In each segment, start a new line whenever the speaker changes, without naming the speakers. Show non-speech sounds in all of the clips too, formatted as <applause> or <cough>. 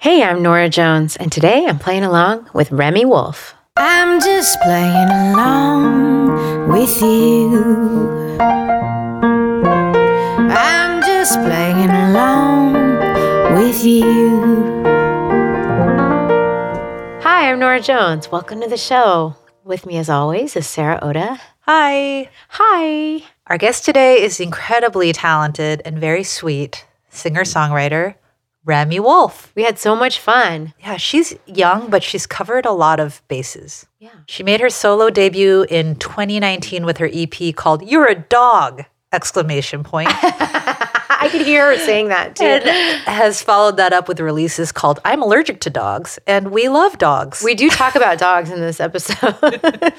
Hey, I'm Nora Jones, and today I'm playing along with Remy Wolf.
I'm just playing along with you. I'm just playing along with you.
Hi, I'm Nora Jones. Welcome to the show. With me, as always, is Sarah Oda.
Hi.
Hi.
Our guest today is incredibly talented and very sweet singer songwriter, Remy Wolf.
We had so much fun.
Yeah, she's young, but she's covered a lot of bases.
Yeah.
She made her solo debut in 2019 with her EP called You're a Dog! Exclamation point.
I could hear her saying that
and <laughs>
too.
has followed that up with releases called I'm Allergic to Dogs and We Love Dogs.
We do talk about dogs in this episode.
Uh,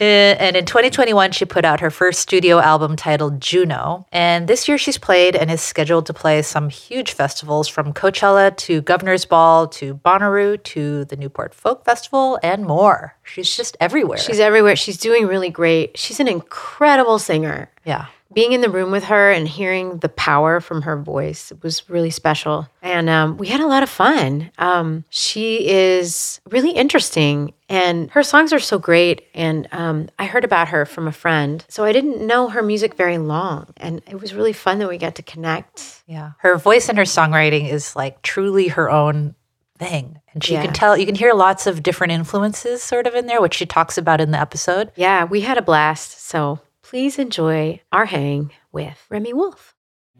And in 2021, she put out her first studio album titled Juno. And this year, she's played and is scheduled to play some huge festivals from Coachella to Governor's Ball to Bonnaroo to the Newport Folk Festival and more. She's just everywhere.
She's everywhere. She's doing really great. She's an incredible singer.
yeah.
being in the room with her and hearing the power from her voice was really special. And um, we had a lot of fun. Um, she is really interesting, and her songs are so great. And um, I heard about her from a friend, so I didn't know her music very long. And it was really fun that we got to connect.
Yeah. Her voice and her songwriting is like truly her own thing. And she
Yeah.
can tell, you can hear lots of different influences sort of in there, which she talks about in the episode.
Yeah, we had a blast. So please enjoy our hang with Remy Wolf.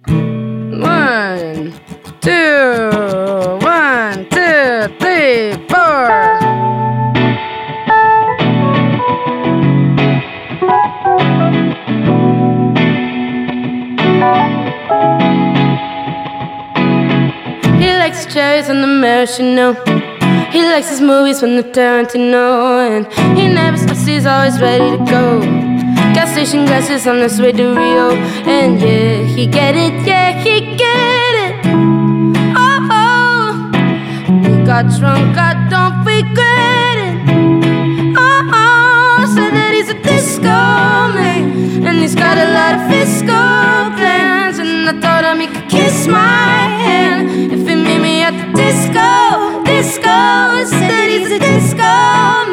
One, two, one, two, three, four.
He likes his cherries on the maraschino. He likes his movies from the Tarantino. And he never stops, he's always ready to go. Gas station glasses on his way to Rio. And yeah, he get it, yeah, he get it. Oh, oh. We got drunk, I don't regret it. Oh, oh. Said that he's a disco man. And he's got a lot of fiscal plans. And I thought I could kiss my hand. If he meet me at the disco, disco. Said that he's a disco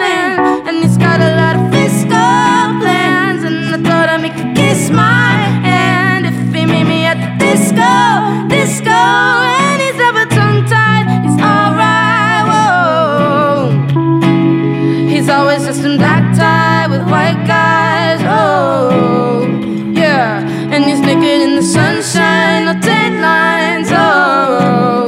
man. And he's got a lot of fiscal plans. And I thought I could kiss my hand. If he meet me at the disco, disco. And he's never tongue tied. He's alright, whoa. He's always just in black tie with white guys. Oh, yeah. And he's naked in the sunshine, no tan lines. Oh,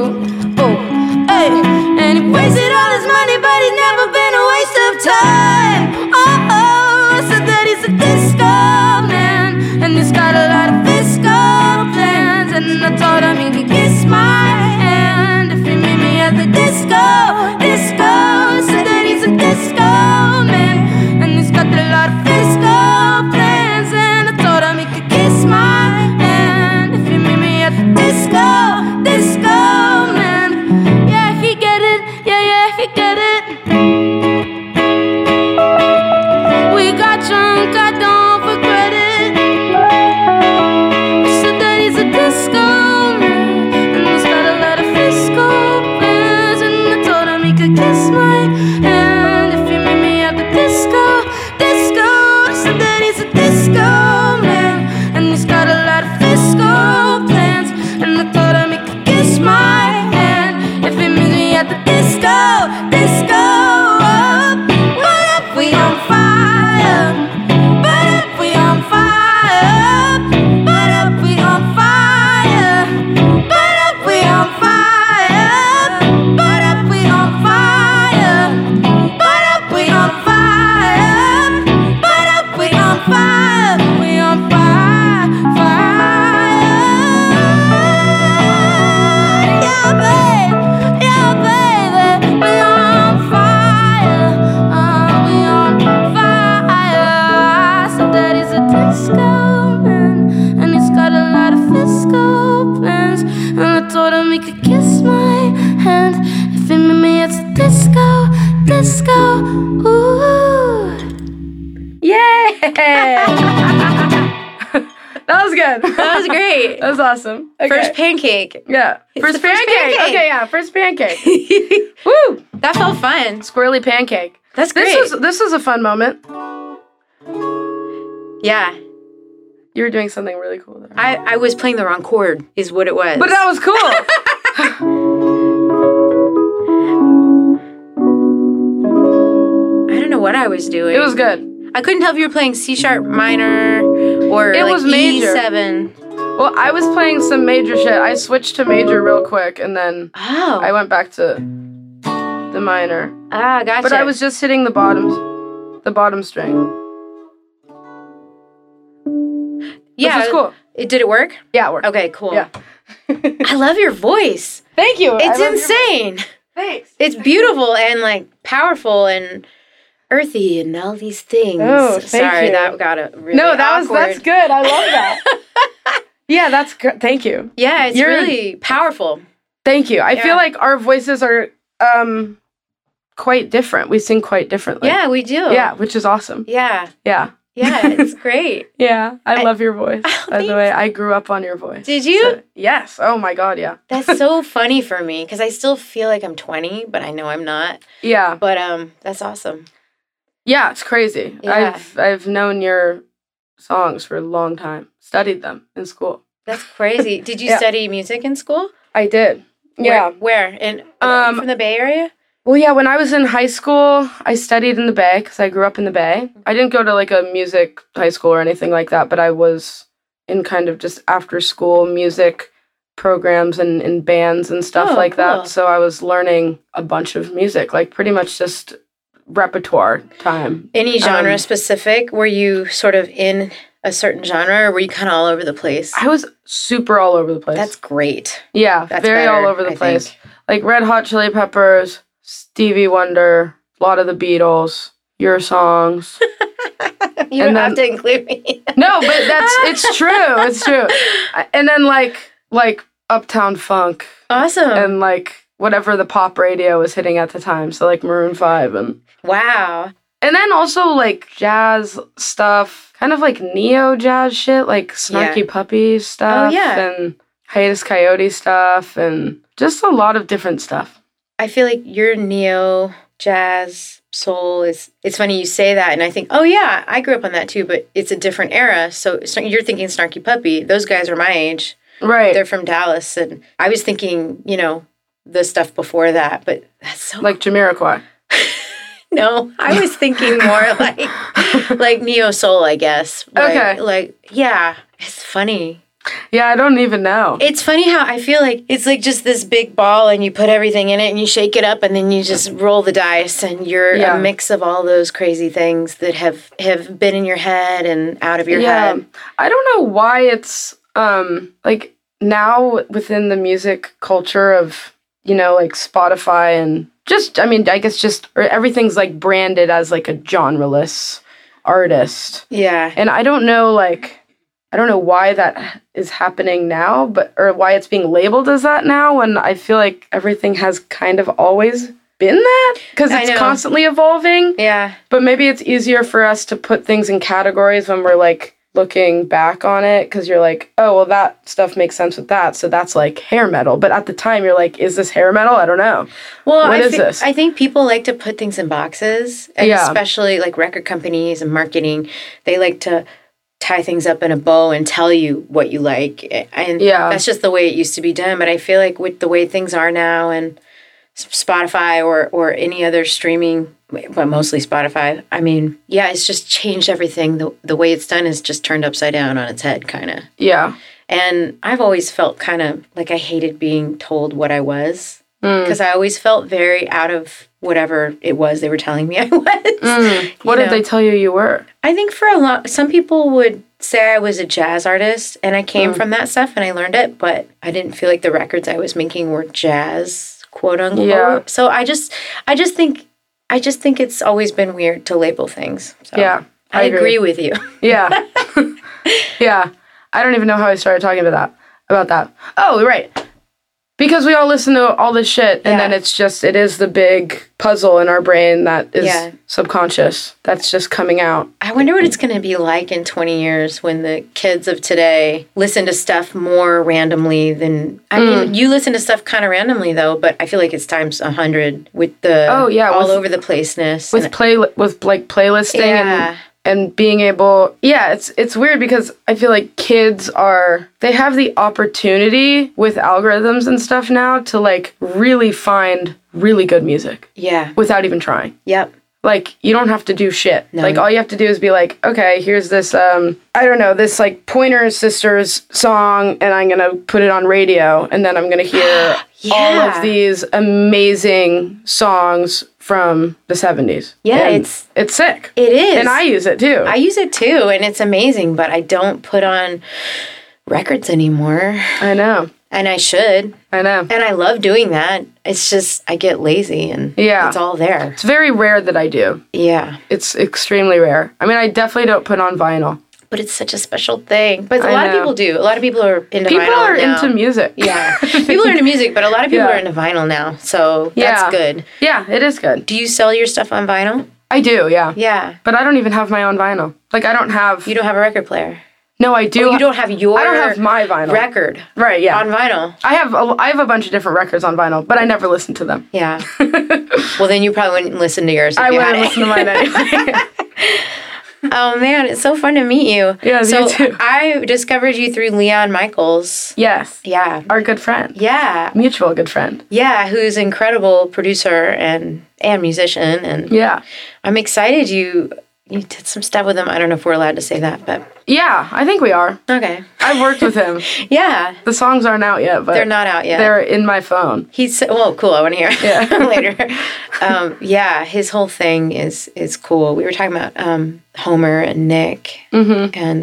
disco. Ooh.
Yay! that was good.
That was great.
That was awesome. Okay.
First pancake.
yeah. First
the first
pancake.
pancake.
Okay, yeah. First pancake. Woo!
<laughs> That felt fun.
Squirrely pancake.
That's great.
This was this was a fun moment.
yeah.
You were doing something really cool there.
I, I was playing the wrong chord, is what it was.
but that was
<laughs>
cool.
I don't know what I was doing.
it was good.
I couldn't tell if you were playing C sharp minor or
It
like E.
was major.
E7.
Well, I was playing some major shit. I switched to major real quick, and then
Oh.
I went back to the minor.
ah, gotcha.
But I was just hitting the bottoms, the bottom string.
yeah,
which is cool.
It, did it work?
Yeah, it worked.
Okay, cool.
Yeah.
I love your voice.
Thank you. <laughs> I
It's
love your-
insane.
Thanks.
It's beautiful and like powerful and earthy and all these things.
Oh, thank
Sorry,
you.
that got a really
no, that was
awkward.
that's good. I love that.
<laughs>
yeah, that's good. Thank you.
Yeah, it's
You're-
really powerful.
Thank you. I
Yeah.
feel like our voices are um quite different. We sing quite differently.
yeah, we do.
Yeah, which is awesome.
Yeah.
Yeah.
Yeah,
<laughs>
it's great.
Yeah. I,
I- Oh,
love your voice.
<laughs>
By the
thanks.
way, I grew up on your voice.
Did you?
So- yes. Oh my god, yeah.
That's so funny for me because I still feel like I'm 20, but I know I'm not.
Yeah.
But um, that's awesome.
Yeah, it's crazy.
Yeah.
I've I've known your songs for a long time. Studied them in school.
That's crazy. Did you
Yeah.
study music in school?
I did. Yeah.
Where? where? In
Um,
from the Bay Area?
Well, yeah, when I was in high school, I studied in the Bay because I grew up in the Bay.
Mm-hmm.
I didn't go to like a music high school or anything like that, but I was in kind of just after school music programs and in bands and stuff
Oh,
like
cool.
that. So I was learning a bunch of music, like pretty much just repertoire time.
Any genre
um,
specific? Were you sort of in a certain genre or were you kind of all over the place?
I was super all over the place.
That's
<laughs>
great.
yeah,
That's
very all
better,
over the
I
place.
think.
Like Red Hot Chili Peppers, Stevie Wonder, a lot of the Beatles, your songs.
You
And
don't have
then-
to include me. <laughs>
No, but that's it's true. It's true. I- And then like like Uptown Funk
awesome.
and like whatever the pop radio was hitting at the time. So like Maroon 5 and
wow.
and then also like jazz stuff, kind of like neo jazz shit, like Snarky Puppy stuff
Oh, yeah.
and Hiatus Coyote stuff and just a lot of different stuff.
I feel like your neo jazz soul is it's funny you say that and I think oh yeah I grew up on that too but it's a different era so it's not- you're thinking Snarky Puppy those guys are my age
Right.
they're from Dallas and I was thinking you know the stuff before that but that's so
like Jamiroquai.
no I was thinking
<laughs>
more like like neo soul I guess Like-
Okay.
like yeah it's funny
Yeah, I don't even know.
It's funny how I feel like it's like just this big ball and you put everything in it and you shake it up and then you just roll the dice and you're
Yeah.
a mix of all those crazy things that have have been in your head and out of your head.
I don't know why it's um like now within the music culture of you know like Spotify and just I mean I guess just or everything's like branded as like a genreless artist.
Yeah.
And I don't know like I don't know why that is happening now but or why it's being labeled as that now when I feel like everything has kind of always been that cuz
I
it's
know.
constantly evolving.
Yeah.
But maybe it's easier for us to put things in categories when we're like looking back on it because you're like, oh, well, that stuff makes sense with that. So that's like hair metal. But at the time, you're like, is this hair metal? I don't know.
Well,
What
I
is
thi-
this?
I think people like to put things in boxes, and
Yeah.
especially like record companies and marketing, they like to tie things up in a bow and tell you what you like. And
Yeah.
that's just the way it used to be done, but I feel like with the way things are now and S- Spotify or or any other streaming, but mostly Spotify. I mean, yeah, it's just changed everything. The the way it's done is just turned upside down on its head kind of.
Yeah.
And I've always felt kind of like I hated being told what I was
Mm.
because I always felt very out of whatever it was they were telling me <laughs> I was.
What
You
did
know.
they tell you you were?
I think for a lot, some people would say I was a jazz artist and I
Mm.
came from that stuff and I learned it, but I didn't feel like the records I was making were jazz, quote unquote.
Yeah.
So I just, I just think, I just think it's always been weird to label things. So
Yeah,
Oh. I,
I
agree.
agree.
with you.
Yeah. <laughs> yeah. I don't even know how I started talking about that. About that. Oh, right. because we all listen to all this shit and
Yeah.
then it's just it is the big puzzle in our brain that is
Yeah.
subconscious that's just coming out
I wonder what it's going to be like in 20 years when the kids of today listen to stuff more randomly than I
Mm.
mean, you listen to stuff kind of randomly though, but I feel like it's times 100 with the
Oh, yeah,
all
with-
over the placeness.
with
and-
play with like playlisting
Yeah.
and and being able yeah it's it's weird because i feel like kids are they have the opportunity with algorithms and stuff now to like really find really good music
yeah.
without even trying
Yep.
like you don't have to do shit like all you have to do is be like okay here's this um i don't know this like pointer sisters song and i'm gonna put it on radio and then i'm
<gasps>
gonna hear all
Yeah.
of these amazing songs from the 70s
Yeah,
And
it's-
it's sick
It is.
and i use it too
I use it too and it's amazing, but I don't put on records anymore
I know
and I should.
i know
And I love doing that. It's just I get lazy and
Yeah.
it's all there.
it's very rare that i do
Yeah.
it's extremely rare i mean i definitely don't put on vinyl
but it's such a special thing. But a
I
lot of
know.
people do. A lot of people are into
people
vinyl
are
now.
into music <laughs>
yeah, people are into music, but a lot of people
Yeah.
are into vinyl now. So
Yeah.
that's good.
yeah it is good
Do you sell your stuff on vinyl?
i do yeah
Yeah.
but i don't even have my own vinyl like i don't have
You don't have a record player.
No, I do.
You don't have your.
I don't have my vinyl.
record
right, yeah.
on vinyl.
I have a, I have a bunch of different records on vinyl, but I never listen to them. <laughs>
Yeah. well, then you probably wouldn't listen to yours. If
I
you had
wouldn't
it.
listen to
<laughs>
mine anyway.
Oh man, it's so fun to meet you.
Yeah, you
so
too.
I discovered you through Leon Michaels.
yes,
Yeah.
our good friend,
Yeah.
mutual good friend.
Yeah, who's an incredible producer and and musician and
Yeah,
I'm excited you you did some stuff with him. I don't know if we're allowed to say that, but
yeah. I think we are.
okay.
I've worked
<laughs>
with him.
Yeah,
The songs aren't out yet, but
they're not out yet.
They're in my phone.
He's well, cool. I want to hear
<laughs>
it <laughs> later. Um, yeah, his whole thing is is cool. We were talking about um, Homer and Nick, and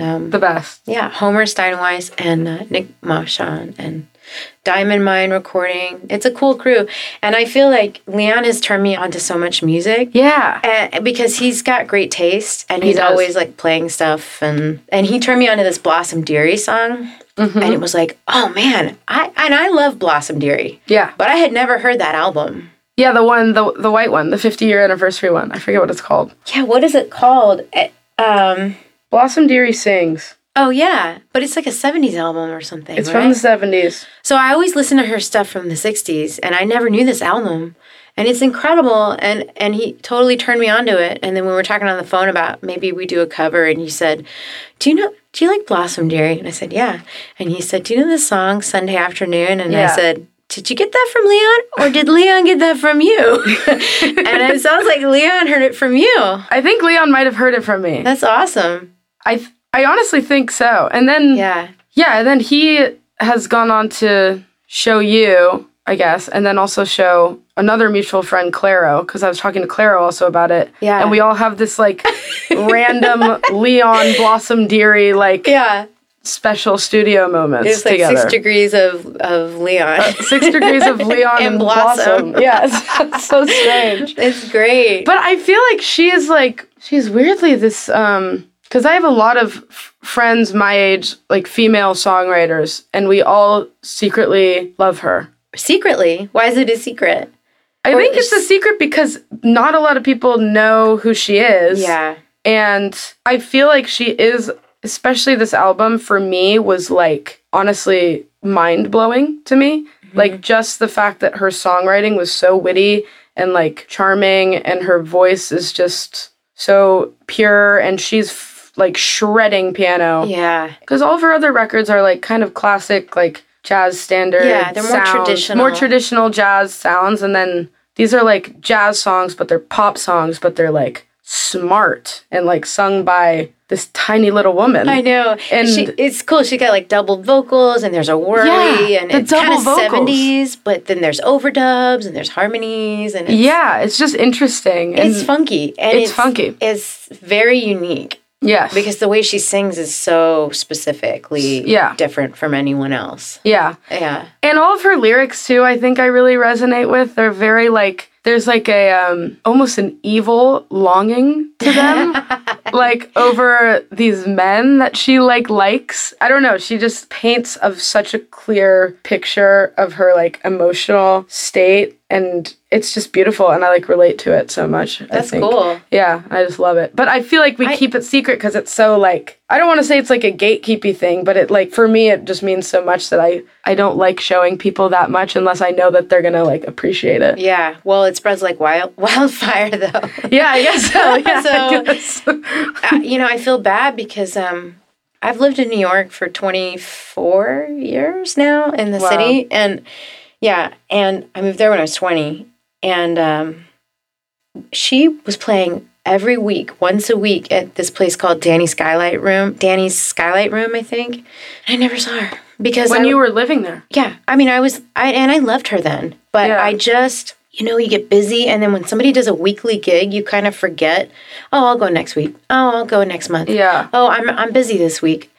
um,
Mm-hmm. The best.
yeah, Homer Steinweiss and uh, Nick Marchand and Diamond Mine Recording. It's a cool crew, and I feel like Leon has turned me onto so much music.
Yeah,
and because he's got great taste and he's
does.
always like playing stuff and and he turned me onto this blossom dearie song and it was like oh man i and i love blossom dearie
yeah,
but i had never heard that album
yeah. The one, the the white one, the 50 year anniversary one. I forget what it's called.
yeah what is it called Eh, um
Blossom Dearie sings.
oh yeah but it's like a 70s album or something
It's
right?
from the 70s.
so i always listen to her stuff from the 60s and i never knew this album and it's incredible and and he totally turned me onto it and then we were talking on the phone about maybe we do a cover and he said do you know do you like blossom dearie and i said yeah and he said do you know the song sunday afternoon and i
Yeah.
said did you get that from leon or did leon get that from
<laughs>
you and it sounds like leon heard it from you
I think Leon might have heard it from me.
that's awesome
I th- I honestly think so. And then
yeah
Yeah, and then he has gone on to show you, I guess, and then also show another mutual friend, Claro, because I was talking to Claro also about it.
Yeah.
And we all have this
<laughs>
like random Leon Blossom Deary like
yeah
special studio moments
there's like
together. Uh,
six degrees of of leon
Six degrees of Leon
And
and,
Blossom.
Blossom. Yeah, it's <laughs> so strange.
<laughs> it's great
But I feel like she is like she's weirdly this um because I have a lot of f- friends my age, like female songwriters, and we all secretly love her.
secretly why is it a secret
I think it's a secret because not a lot of people know who she is. And I feel like she is, especially this album for me, was like honestly mind blowing to me. Like just the fact that her songwriting was so witty and like charming, and her voice is just so pure, and she's f- like shredding piano.
yeah
Because all of her other records are like kind of classic, like jazz standard.
Yeah, they're more
sounds-
traditional.
More traditional jazz sounds, and then these are like jazz songs, but they're pop songs, but they're like smart and like sung by this tiny little woman.
I know. And
And-
she, it's cool. She got like doubled vocals and there's a whirly
Yeah,
and
the
it's kind of
double vocals.
70s, but then there's overdubs and there's harmonies and it's,
Yeah, it's just interesting. And
it's funky. And
it's funky.
It's very unique
Yes.
because the way she sings is so specifically
Yeah.
different from anyone else.
yeah.
Yeah.
And all of her lyrics too, I think I really resonate with.
<laughs>
They're very like there's like a um almost an evil longing to them like over these men that she like likes. I don't know. She just paints of such a clear picture of her like emotional state and it's just beautiful and I like relate to it so much.
That's cool.
Yeah, I just love it. But I feel like we keep it secret because it's so like I don't want to say it's like a gatekeepy thing, but it like for me it just means so much that I I don't like showing people that much unless I know that they're gonna like appreciate it.
Yeah. Well, it spreads like wild <laughs> wildfire though.
Yeah, I
<laughs>
guess so. Yeah, I
So-
guess.
I- you know, I feel bad because um, I've lived in New York for 24 years now in the
Wow.
city. And yeah, and I moved there when I was 20. And um, she was playing every week, once a week, at this place called Danny's Skylight Room. Danny's Skylight Room, I think. And I never saw her because
when
I,
you were living there.
yeah, I mean, I was, I and I loved her then, but
Yeah.
I just, you know, you get busy, and then when somebody does a weekly gig, you kind of forget. Oh, I'll go next week. Oh, I'll go next month.
Yeah.
Oh, I'm I'm busy this week.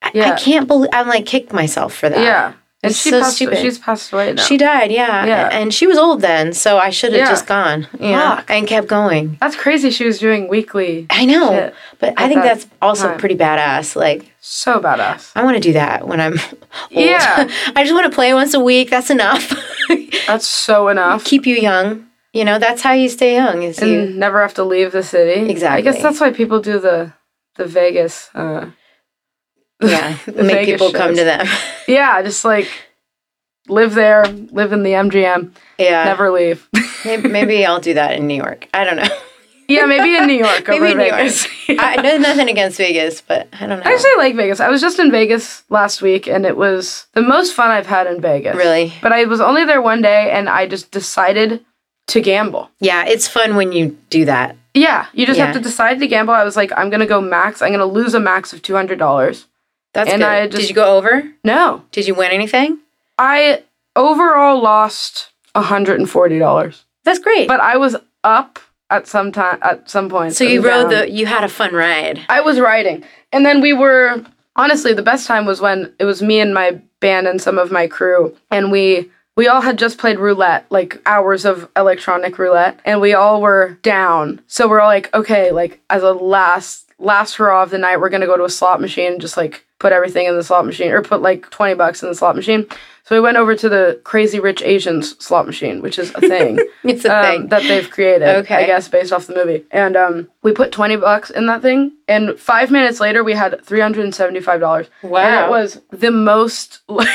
I,
Yeah.
I can't believe I'm like kicked myself for that.
Yeah. And
It's
she
so
passed
stupid.
she's passed away now.
She died, yeah.
Yeah.
And she was old then, so I should have
Yeah.
just gone, you know,
Fuck.
and kept going.
That's crazy she was doing weekly.
I know,
Shit.
but I
At
think
that
that's also
time.
pretty badass. Like,
So badass.
I want to do that when I'm <laughs> old.
Yeah.
<laughs> I just want to play once a week. That's enough. <laughs>
That's so enough.
keep you young. You know, that's how you stay young. Is you
And never have to leave the city. I
Exactly.
guess that's why people do the the Vegas uh
yeah,
Mm. <laughs> the
make
Vegas
people come
shows.
to them. <laughs>
Yeah, just like live there, live in the MGM,
yeah,
never leave. <laughs>
Maybe, maybe I'll do that in New York. I don't know.
yeah, maybe in New York
<laughs>
over
Maybe in New York.
Vegas. <laughs> Yeah.
I know nothing against Vegas, but I don't know.
I actually like Vegas. I was just in Vegas last week and it was the most fun I've had in Vegas.
Really?
But I was only there one day and I just decided to gamble.
yeah, it's fun when you do that.
Yeah, you just
Yeah.
have to decide to gamble. I was like, I'm gonna go max. I'm gonna lose a max of two hundred dollars.
That's
And
good.
I
Did
just-
you go over?
No,
Did you win anything?
I overall lost hundred and forty dollars,
That's great.
but I was up at some time at some point.
so you
and
rode
down.
the. You had a fun ride.
I was riding, and then we were honestly the best time was when it was me and my band and some of my crew, and we we all had just played roulette, like hours of electronic roulette, and we all were down. So we're all like, okay, like as a last last hurrah of the night, we're gonna go to a slot machine and just like put everything in the slot machine or put like twenty bucks in the slot machine. So we went over to the Crazy Rich Asians slot machine, which is a thing
<laughs> It's a
um,
thing.
that they've created.
Okay.
I guess based off the movie. And um, we put twenty bucks in that thing, and five minutes later we had three hundred and seventy-five dollars. And
Wow.
it was the most <laughs> like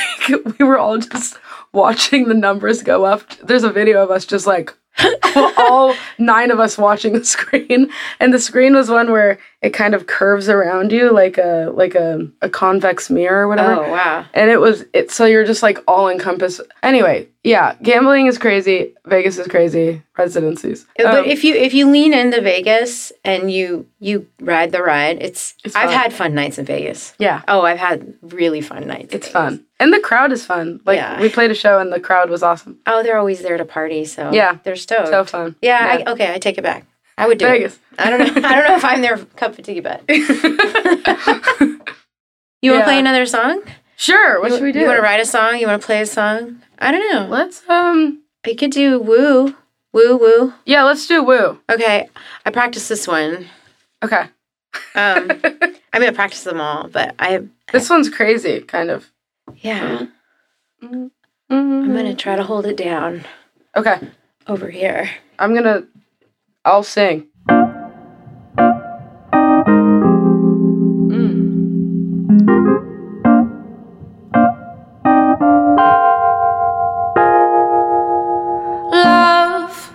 we were all just watching the numbers go up. There's a video of us just like <laughs> all nine of us watching the screen, and the screen was one where it kind of curves around you like a like a, a convex mirror or whatever
Oh wow.
and it was it so you're just like all encompassed anyway yeah gambling is crazy vegas is crazy residencies
but
Um,
if you if you lean into Vegas and you you ride the ride, it's, I've
fun.
had fun nights in Vegas.
yeah
Oh, I've had really fun nights. in
it's
Vegas.
fun and the crowd is fun like
Yeah.
we played a show and the crowd was awesome
Oh, they're always there to party, so
Yeah.
they're stoked.
so fun
Yeah, I, okay, I take it back. I would do
vegas
it. I don't
<laughs>
know. I don't know if I'm their cup of tea, but you want
Yeah.
to play another song?
<laughs> sure what should we do
You want to write a song? You want to play a song? I don't know.
let's um
I could do woo, woo, woo.
yeah let's do woo
Okay, I practiced this one.
okay
Um,
<laughs>
I mean, I practiced them all, but I
this one's crazy kind of
yeah. I'm gonna try to hold it down
okay
over here.
i'm gonna i'll sing
Love,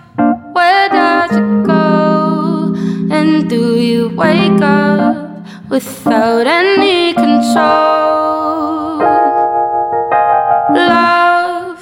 where does it go? And do you wake up without any control? Love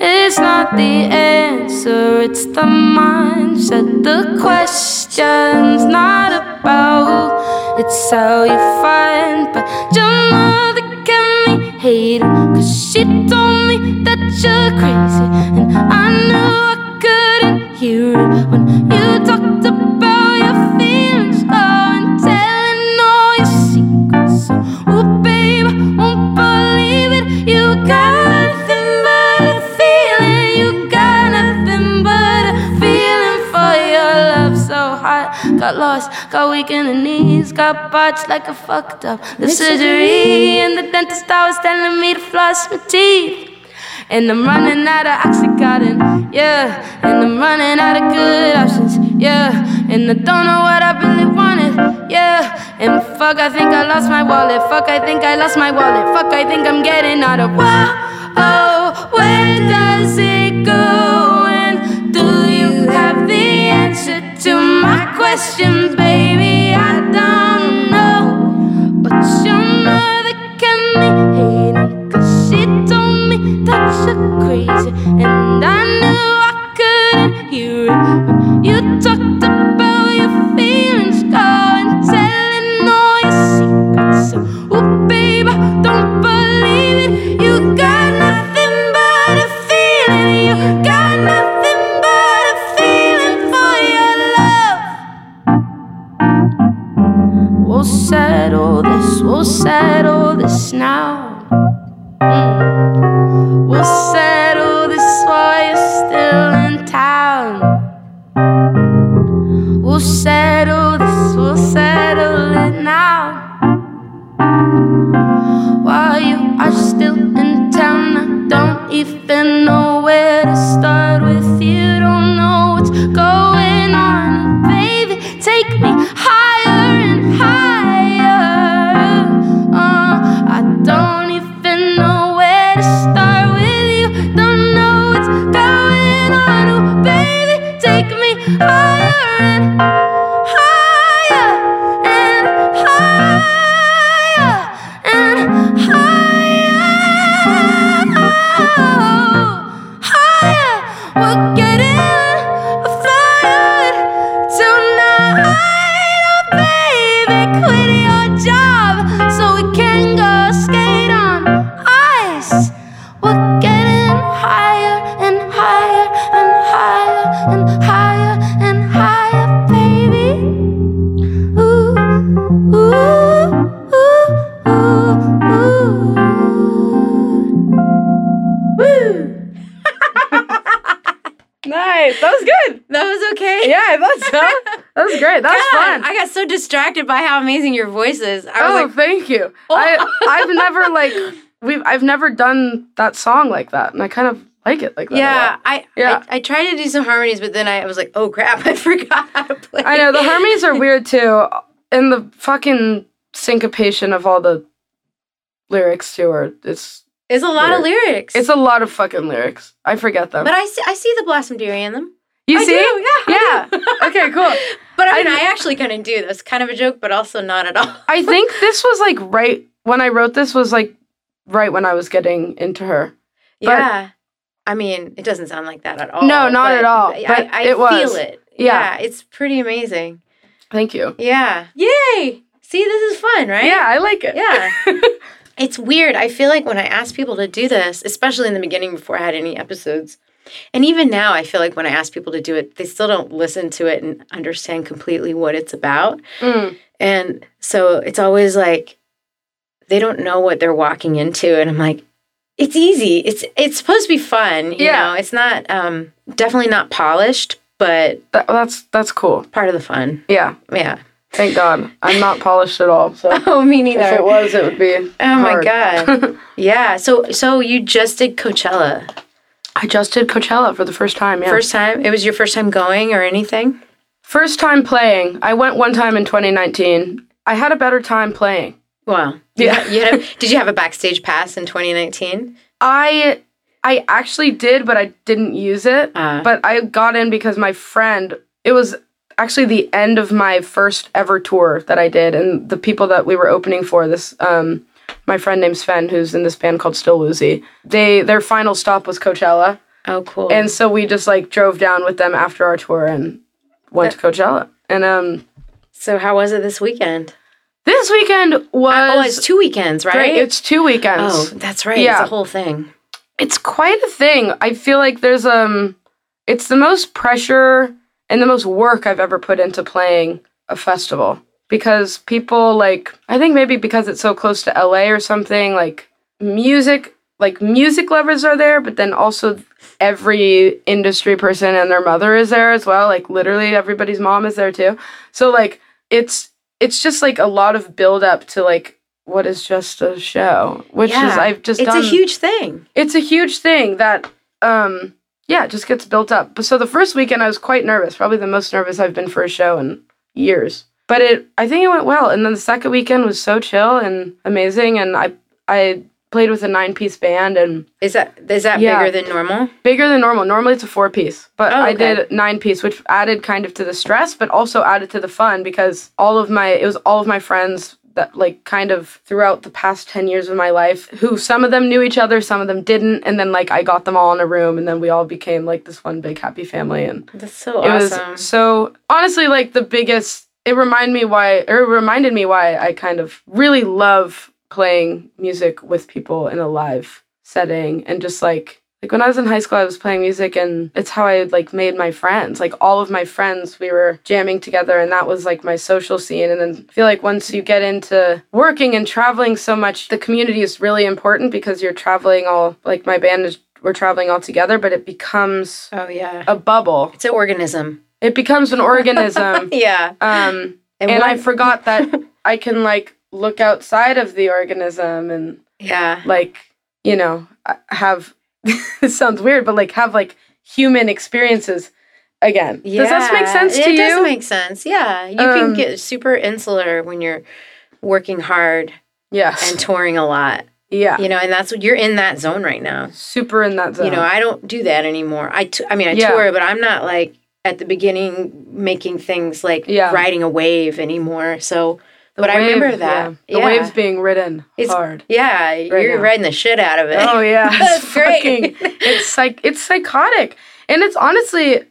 is not the answer, it's the mindset. The question's not about it's how you find, but your mother can be hated. Cause she told me that you're crazy, and I knew I couldn't hear it when you talked about your feelings, love, and telling all your secrets. Oh, babe, I won't believe it. You got nothing but a feeling. You got nothing but a feeling for your love so hot. Got lost, got weak in the knees, got botched like a fucked up. The surgery and the dentist always telling me to floss my teeth. And I'm running out of oxycontin, yeah. And I'm running out of good options, yeah. And I don't know what I really wanted, yeah. And fuck, I think I lost my wallet. Fuck, I think I lost my wallet. Fuck, I think I'm getting out of. Whoa, oh, where does it go? And do you have the answer to my questions, baby? I don't know, but your mother can be hating 'cause she told me that you're crazy, and I knew I couldn't hear it. when You talked about your feelings, going telling all your secrets. Oh, babe, I don't believe it. You got nothing but a feeling. You got nothing but a feeling for your love. We'll settle this, we'll settle this now. Mm. We'll settle this while you're still in town. We'll settle this, we'll settle it now. While you are still in town, I don't even know where to start with you. Don't know what's going on, baby. Take me higher and higher. Uh, I don't even know where to start with you. Don't know what's going on, oh, baby. Take me higher and higher and higher and higher, higher. We're getting fired tonight, oh baby. Quit your job so we can go skate on ice. We're getting higher and higher and higher and higher and higher, baby. Ooh, ooh, ooh, ooh, ooh. Woo!
Nice. That was good.
That was okay.
Yeah,
<laughs>
that's that was great. That was
God,
fun.
I got so distracted by how amazing your voice is. I was
oh,
like, <laughs>
thank you. I I've never like we've I've never done that song like that, and I kind of like it like that. a
yeah,
lot.
I,
Yeah.
I I tried to do some harmonies, but then I was like, oh crap, <laughs> I forgot how to play. <laughs>
I know the harmonies are weird too, and the fucking syncopation of all the lyrics too. Are it's
It's a lot of lyrics.
it's a lot of fucking lyrics. I forget them.
but I see, I see the blossom dearie in them.
you
I do,
see?
yeah. I do.
<laughs> yeah. okay. Cool.
But I mean,
I-
I, actually kind of do. That's kind of a joke, but also not at all. <laughs>
I think this was like right when I wrote this was like right when I was getting into her.
yeah. I mean, it doesn't sound like that at all.
No, not
but
at all,
I,
but
I
it was.
feel it.
Yeah.
Yeah. it's pretty amazing.
Thank you.
Yeah. Yay! See, this is fun, right?
Yeah, I like it.
Yeah. <laughs> it's weird. I feel like when I ask people to do this, especially in the beginning before I had any episodes, and even now, I feel like when I ask people to do it, they still don't listen to it and understand completely what it's about.
Mm.
And so it's always like they don't know what they're walking into. And I'm like, it's easy. It's it's supposed to be fun. You
Yeah.
know, it's not um definitely not polished, but
That, that's that's cool.
part of the fun.
Yeah.
Yeah.
Thank God. I'm not polished at all. So if
Oh, <laughs> me
it was, it would be.
Oh my <laughs>
hard.
god. yeah. So so you just did Coachella.
I just did Coachella for the first time. Yeah.
First
First,
time? It was your first time going or anything?
first time playing. I went one time in 2019. I had a better time playing.
Wow.
Yeah.
You had a, did you have a backstage pass in 2019?
I I actually did, but I didn't use it.
Ah.
But I got in because my friend. It was actually the end of my first ever tour that I did, and the people that we were opening for this. Um, my friend named Sven, who's in this band called Still Woozy. They their final stop was Coachella,
Oh cool.
and so we just like drove down with them after our tour and went to Coachella. And um,
so how was it this weekend?
this weekend was
Oh, it's two weekends, right?
great. It's two weekends.
Oh, that's right.
Yeah.
It's a whole thing.
it's quite a thing. I feel like there's um it's the most pressure and the most work I've ever put into playing a festival because people like I think maybe because it's so close to LA or something like music like music lovers are there, but then also every industry person and their mother is there as well. Like literally everybody's mom is there too. So like it's it's just like a lot of build up to like what is just a show, which is
Yeah.
I've just
it's
done
a huge thing.
it's a huge thing that um yeah it just gets built up But so the first weekend i was quite nervous probably the most nervous i've been for a show in years but it i think it went well and then the second weekend was so chill and amazing and i i played with a nine piece band and
Is that is that
Yeah.
bigger than normal?
bigger than normal normally it's a four piece but
Oh,
i
okay.
did nine piece which added kind of to the stress but also added to the fun because all of my it was all of my friends that like kind of throughout the past 10 years of my life who some of them knew each other some of them didn't and then like i got them all in a room and then we all became like this one big happy family and
That's so
it
awesome.
was so honestly like the biggest it reminded me why or it reminded me why I kind of really love playing music with people in a live setting and just like like when I was in high school I was playing music and it's how I like made my friends. Like all of my friends we were jamming together and that was like my social scene and then I feel like once you get into working and traveling so much the community is really important because you're traveling all like my band is we're traveling all together but it becomes
oh yeah.
a bubble
It's an organism.
it becomes an organism
Yeah.
um
And,
and i
one-
forgot
<laughs>
that i can like look outside of the organism and
yeah.
like you know I- have <laughs> this sounds weird but like have like human experiences again does this make
Yeah,
sense to
It does
you
make sense. Yeah. You
Um,
can get super insular when you're working hard
yes
and touring a lot.
<laughs> yeah
You know, and that's what you're in that zone right now.
super in that zone
You know, I don't do that anymore. I, t- I mean, I
Yeah.
tour, but I'm not like at the beginning making things like
Yeah.
riding a wave anymore. So,
The
but I remember
wave,
that.
yeah. the
Yeah.
waves being ridden
It's- <laughs>
hard
Yeah, you're
now.
riding the shit out of it.
Oh yeah,
<laughs> That's
it's
great. <laughs>
fucking- it's psych. It's psychotic, and it's honestly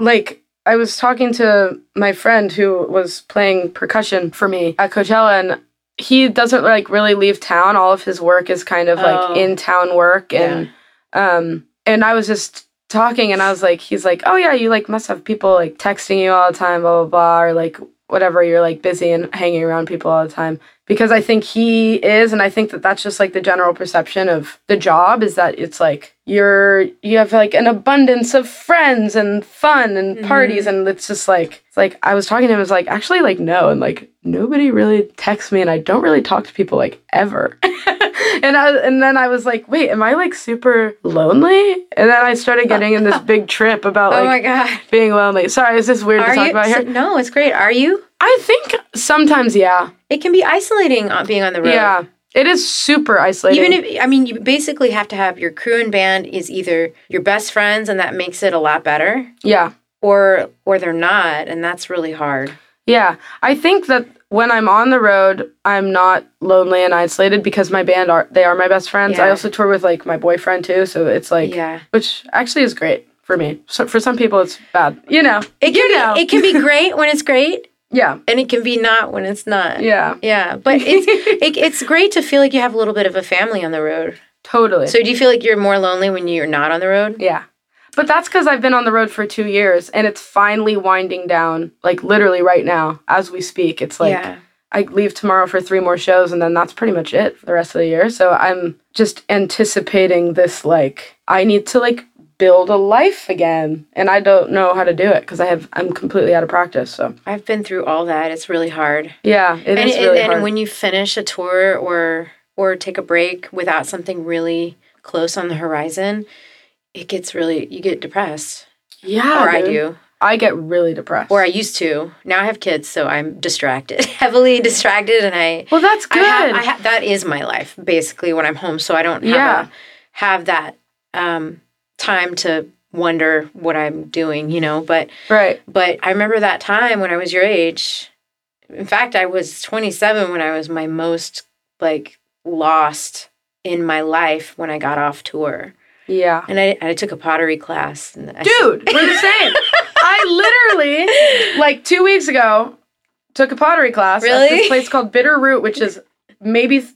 like I was talking to my friend who was playing percussion for me at Coachella, and he doesn't like really leave town. All of his work is kind of like
Oh.
in town work, and um, and I was just talking, and I was like, he's like, oh yeah, you like must have people like texting you all the time, blah blah blah, or like whatever. You're like busy and hanging around people all the time because I think he is, and I think that that's just like the general perception of the job is that it's like you're you have like an abundance of friends and fun and
Mm-hmm.
parties, and it's just like it's like I was talking to him, I was like actually like no, and like nobody really texts me, and I don't really talk to people like ever, <laughs> and I and then I was like wait, am I like super lonely? And then I started
<laughs>
getting in this big trip about
oh my
like.
god.
being lonely. Sorry, is this weird to
Are
talk
you?
about
so-
here?
no, it's great. Are you?
I think sometimes, yeah,
It can be isolating on being on the road.
yeah, it is super isolating.
Even if I mean, you basically have to have your crew and band is either your best friends, and that makes it a lot better,
yeah,
or or they're not, and that's really hard.
yeah, I think that when I'm on the road, I'm not lonely and isolated because my band are they are my best friends. I
Yeah.
also tour with like my boyfriend too, so it's like,
Yeah,
which actually is great for me. So for some people, it's bad, you know.
it
you
can
know.
be, it can be great when it's great,
yeah,
and it can be not when it's not.
yeah,
yeah, but it's it, it's great to feel like you have a little bit of a family on the road.
totally.
So do you feel like you're more lonely when you're not on the road?
Yeah. But that's because I've been on the road for two years and it's finally winding down, like literally right now as we speak. It's like
yeah,
I leave tomorrow for three more shows and then that's pretty much it for the rest of the year. So I'm just anticipating this, like, I need to like build a life again. And I don't know how to do it because I have, I'm completely out of practice. So
I've been through all that. It's really hard.
yeah, it is
and,
really
and,
hard.
and when you finish a tour or or take a break without something really close on the horizon it gets really you get depressed
yeah.
or i
dude.
do
I get really depressed.
or i used to now i have kids so i'm distracted <laughs> heavily distracted and i
well, that's good.
I have, I have, that is my life basically when i'm home so i don't have,
Yeah.
a, have that um, time to wonder what i'm doing you know but
right.
but I remember that time when I was your age. In fact, I was 27 when I was my most like lost in my life when I got off tour.
Yeah.
And I, I took a pottery class. And I,
Dude, we're the same. I literally like two weeks ago took a pottery class at this
Really?
place called Bitter Root, which is maybe th-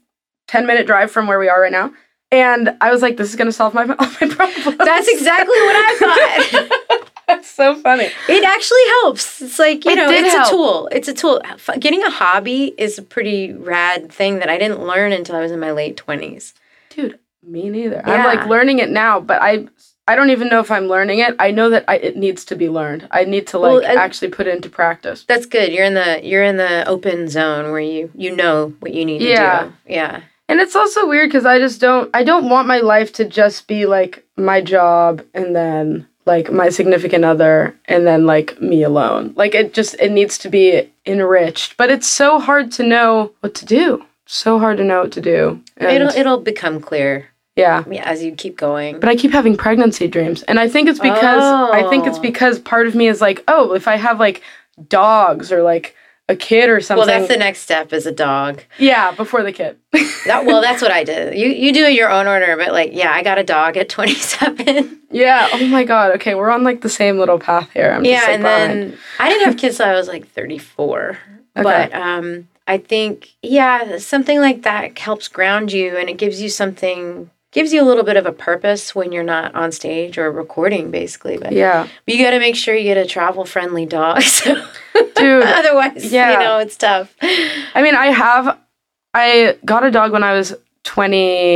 ten minute drive from where we are right now. And I was like, "This is gonna solve my <laughs> all my problems."
<laughs> That's exactly what I
<laughs>
thought.
That's <laughs> so funny.
it actually helps. It's like, you
It
know,
did
it's
help.
a tool. It's a tool. F- Getting a hobby is a pretty rad thing that I didn't learn until I was in my late 20s.
Dude, Me neither.
Yeah.
I'm like learning it now, but I I don't even know if I'm learning it. I know that I, it needs to be learned. I need to like
Well, and-
actually put it into practice.
That's good. You're in the you're in the open zone where you you know what you need
Yeah.
to do. Yeah.
And it's also weird because I just don't I don't want my life to just be like my job and then like my significant other and then like me alone. Like it just it needs to be enriched. But it's so hard to know what to do. So hard to know what to do. And
it'll it'll become clear
yeah.
yeah, as you keep going.
But I keep having pregnancy dreams. And I think it's because I think it's
Oh.
because part of me is like, oh, if I have like dogs or like a kid or something.
Well, that's the next step is a dog.
yeah, before the kid. <laughs>
That, well, that's what I did. You you do it your own order, but like, yeah, I got a dog at <laughs> 27.
yeah. Oh my god. Okay, we're on like the same little path here. I'm
yeah,
just like
and
behind.
then I didn't have kids till I was like 34.
Okay.
But um, I think yeah, something like that helps ground you, and it gives you something, gives you a little bit of a purpose when you're not on stage or recording, basically. But
Yeah.
but you got to make sure you get a travel friendly dog. <laughs> So <laughs>
Dude,
otherwise, you
Yeah.
know, it's tough.
I mean, I have I got a dog when I was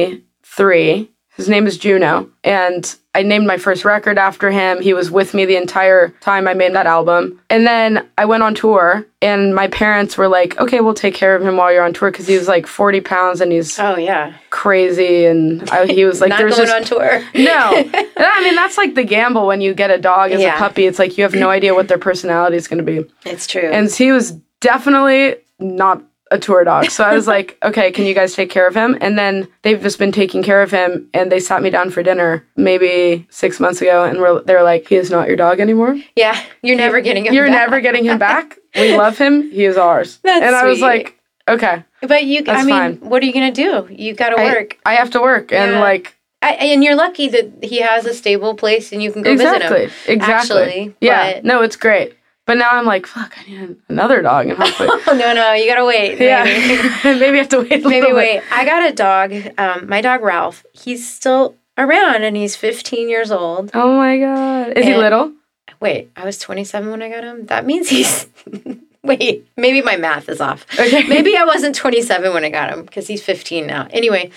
23. His name is Juno, and I named my first record after him. He was with me the entire time I made that album. And then I went on tour, and my parents were like, "Okay, we'll take care of him while you're on tour," because he was like 40 pounds and he's
Oh yeah,
crazy, and I, he was like,
not
"There's
going
just
on
<laughs>
tour.
no." And I mean, that's like the gamble when you get a dog as
Yeah.
a puppy. It's like you
<clears throat>
have no idea what their personality is going to be
It's true.
and he was definitely not a tour dog. So
<laughs>
I was like, okay, can you guys take care of him? And then they've just been taking care of him, and they sat me down for dinner maybe six months ago, and were, they were like, he is not your dog anymore.
yeah, you're never getting. him
You're
back.
never getting
<laughs>
him back. We love him. He is ours.
That's
and I was
sweet.
like, okay,
But you, I
That's
mean,
fine.
what are you gonna do? You got to work,
I have to work, and
Yeah.
like
I, and you're lucky that he has a stable place and you can go
exactly,
visit him.
exactly,
actually,
yeah.
but-
no, it's great. But now I'm like, fuck, I need another dog, and hopefully,
<laughs> Oh <laughs> no, no, you gotta wait.
yeah,
maybe.
<laughs> maybe I have to wait. A
maybe
little bit.
wait. I got a dog. Um, my dog Ralph. He's still around and he's 15 years old.
Oh my god, is he
And-
little?
Wait, I was 27 when I got him. That means he's. <laughs> wait, maybe my math is off.
Okay.
<laughs> Maybe I wasn't 27 when I got him because he's 15 now. Anyway,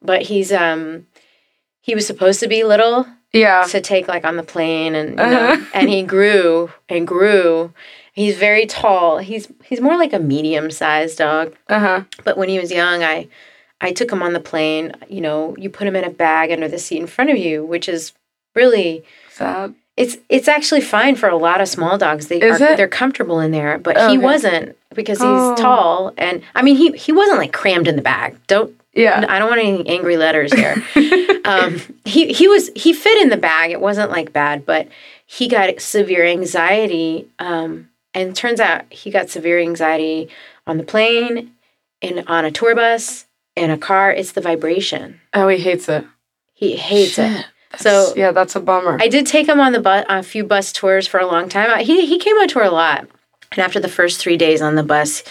but he's um, he was supposed to be little.
Yeah.
to take like on the plane and you
Uh-huh.
know, and
<laughs>
he grew and grew. He's very tall. He's he's more like a medium sized dog.
Uh huh.
But when he was young, I I took him on the plane. You know, you put him in a bag under the seat in front of you, which is really
Sad.
it's it's actually fine for a lot of small dogs. They
Is
are
it?
they're comfortable in there, but
Okay.
he wasn't because he's
Oh.
tall and I mean he he wasn't like crammed in the bag. Don't
Yeah.
I don't want any angry letters
<laughs>
here. um, he he was he fit in the bag. It wasn't like bad, but he got severe anxiety. Um, and turns out he got severe anxiety on the plane, in on a tour bus, in a car. It's the vibration.
Oh, he hates it.
He hates it.
Shit.
So
yeah, that's a bummer.
I did take him on the bus, a few bus tours for a long time. I- He he came on tour a lot, and after the first three days on the bus,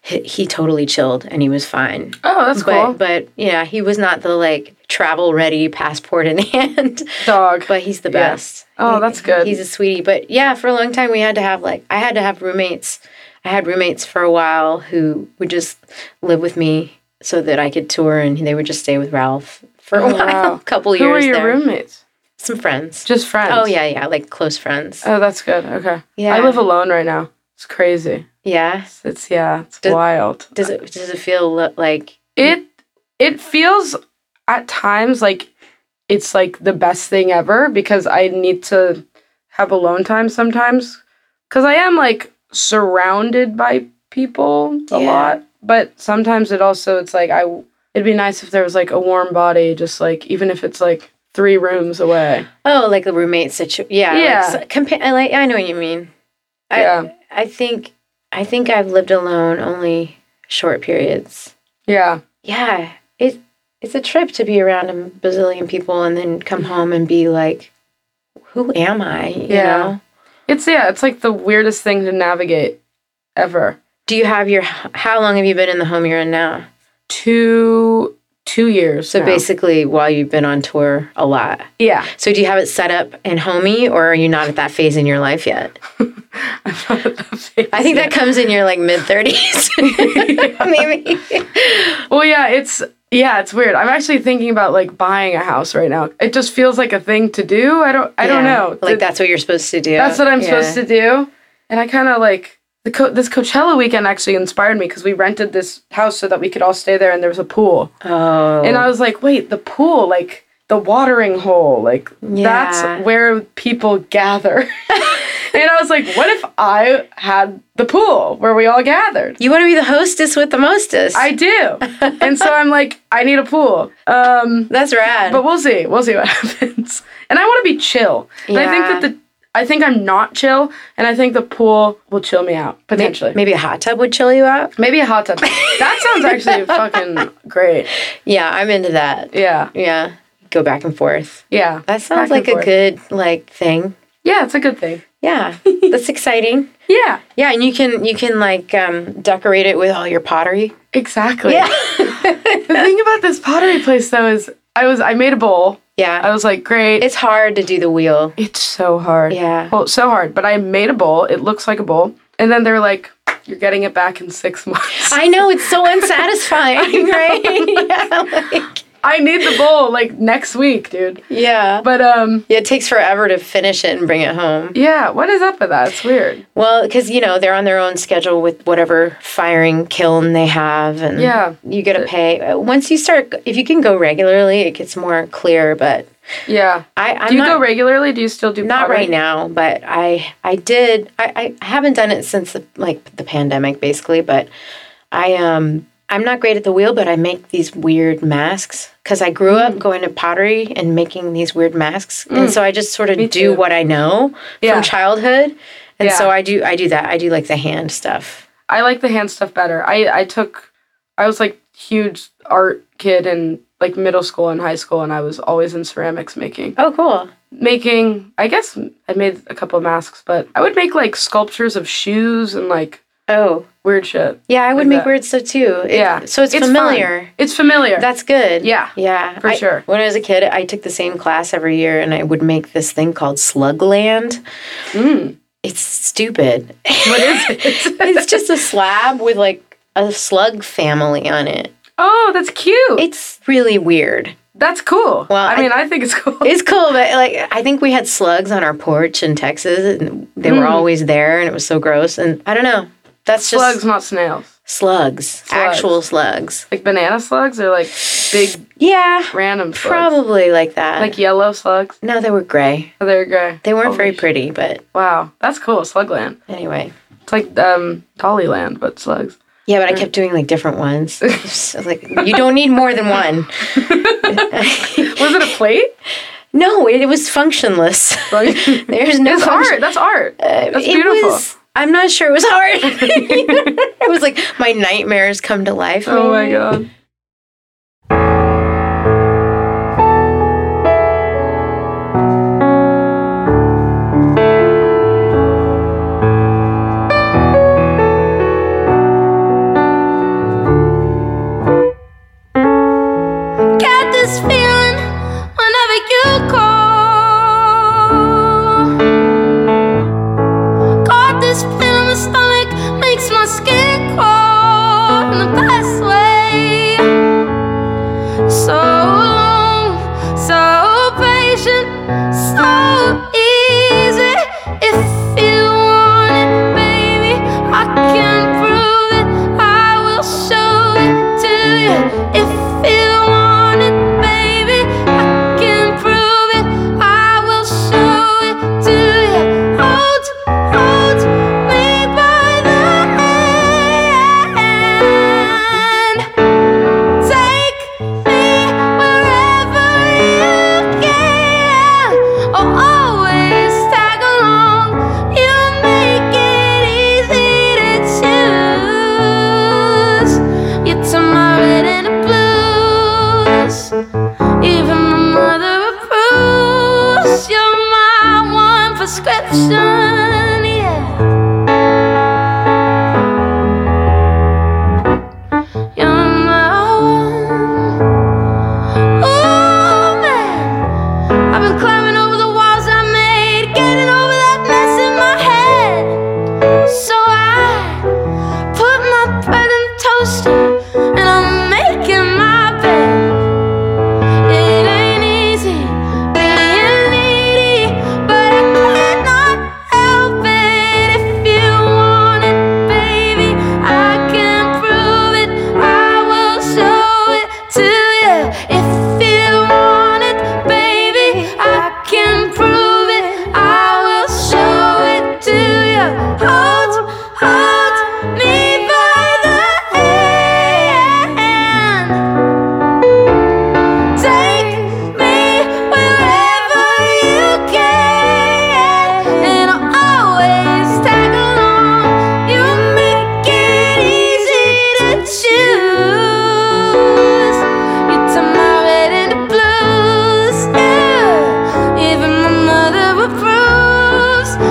he, he totally chilled and he was fine.
oh, that's
but
cool.
but yeah, he was not the like travel ready passport in <laughs> hand.
Dog.
but he's the
Yeah.
best.
Oh,
He-
that's good.
He's a sweetie. But yeah, for a long time we had to have like I had to have roommates. I had roommates for a while who would just live with me so that I could tour, and they would just stay with Ralph for a
Oh,
while,
wow.
<laughs> a couple
Who are
years
your
there.
roommates?
Some friends.
Just friends.
Oh yeah, yeah, like close friends.
Oh, that's good. Okay.
Yeah.
I live alone right now. It's crazy.
yeah.
It's, it's yeah. It's
Does-
wild.
Does it does it feel lo- like
It it feels at times like it's like the best thing ever because I need to have alone time sometimes cuz I am like surrounded by people a
Yeah.
lot but sometimes it also it's like I it'd be nice if there was like a warm body just like even if it's like 3 rooms away.
oh like a roommate situation? Yeah.
Yeah.
Like, so, compa- I like I know what you mean. I,
yeah.
I think I think I've lived alone only short periods.
Yeah.
Yeah, it it's a trip to be around a bazillion people and then come home and be like, who am I? You
Mm-hmm. Yeah.
know?
It's yeah, it's like the weirdest thing to navigate ever.
Do you have your how long have you been in the home you're in now?
2 2 years.
So
now.
basically, while you've been on tour a lot.
yeah. <laughs>
So do you have it set up and homey, or are you not at that phase in your life yet? I think that comes in your like mid
<laughs>
30s. <laughs> Maybe.
Well, yeah, it's yeah, it's weird. I'm actually thinking about like buying a house right now. It just feels like a thing to do. I don't I don't
Yeah.
know.
Like
Th-
that's what you're supposed to do.
That's what I'm
Yeah.
supposed to do. And I kind of like the Co- this Coachella weekend actually inspired me because we rented this house so that we could all stay there and there was a pool.
Oh.
And I was like, wait, the pool, like the watering hole, like
Yeah.
that's where people gather. <laughs> and I was like, what if I had the pool where we all gathered?
You want to be the hostess with the mostest.
I do. and so I'm like, I need a pool. Um,
that's rad.
but we'll see. We'll see what <laughs> happens. And I want to be chill. And I think
Yeah.
that the I think I'm not chill, and I think the pool will chill me out potentially. Maybe,
Maybe a hot tub would chill you out.
a hot tub. that sounds
<laughs>
actually fucking great.
Yeah, I'm into that.
Yeah,
Yeah. Go back and forth.
yeah.
That sounds
Back and
like a
forth.
good like thing.
Yeah, it's a good thing. <laughs>
Yeah. that's exciting.
Yeah,
Yeah, and you can you can like um, decorate it with all your pottery.
exactly. Yeah. <laughs> the thing about this pottery place though is I was I made a bowl. I
Yeah.
was like, great.
It's hard to do the wheel.
It's so hard.
Yeah.
Well, so hard. But I made a bowl. It looks like a bowl. And then they're like, you're getting it back in six months. I,
I know
<laughs>
it's so unsatisfying, right? <laughs>
need the bowl like next week, dude.
yeah.
But um,
Yeah, it takes forever to finish it and bring it home.
yeah. What is up with that? It's weird.
Well, because you know they're on their own schedule with whatever firing kiln they have, and
Yeah.
you gotta pay. Uh, Once you start, if you can go regularly, it gets more clear. But
Yeah.
I, I'm
do you
not,
go regularly? Do you still do
not
pottery?
right now, but I I did. I, I haven't done it since the, like the pandemic, basically. But I um I'm not great at the wheel, but I make these weird masks because I grew
Mm.
up going to pottery and making these weird masks, and so I just sort of do
too.
what I know
Yeah.
from childhood, and so
Yeah.
I do I do that. I do like the hand stuff.
I like the hand stuff better. I I took I was like huge art kid in like middle school and high school, and I was always in ceramics making.
Oh, cool.
making i guess i made a couple of masks but i would make like sculptures of shoes and like
Oh,
weird shit
yeah, I would
Like
make
that.
weird stuff too. It-
yeah
so it's,
fun.
familiar.
it's familiar
That's good.
Yeah,
Yeah.
for
I-
sure.
When I was a kid, I took the same class every year and I would make this thing called Slugland.
Mm.
It's stupid. <laughs>
what is it
it's just a slab with like a slug family on it.
oh that's cute
It's really weird.
that's cool
Well,
i
I-
mean i think it's cool
It's cool, but like I think we had slugs on our porch in Texas and they
Mm.
were always there and it was so gross and I don't know. That's just
slugs not snails
slugs, actual slugs.
like banana slugs or like big
Yeah.
random slugs
Probably like that.
like yellow slugs
no, they were gray.
oh, they're gray
They weren't very
sh-
pretty, but
wow that's cool slugland
anyway.
it's like um dollyland but slugs
Yeah, but I kept doing like different <laughs> ones. It's like you don't need more than one.
was it a plate
No, it, it was functionless.
Like-
<laughs> There's no
it's
function-
art that's art that's
Uh, it
beautiful
was- I'm not sure it was hard. <laughs> it was like my nightmares come to life.
oh my god
Got this feeling whenever you call. Got this feeling my stomach makes my skin crawl in the best way. Mm-hmm.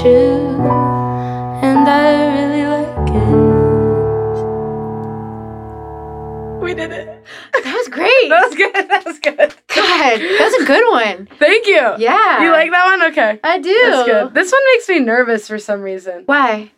true, and I really like it.
We did it.
That was great.
That was good. <laughs> That was good.
God, that's a good one.
Thank you.
Yeah.
You like that one? Okay.
I do.
That's good. This one makes me nervous for some reason.
Why?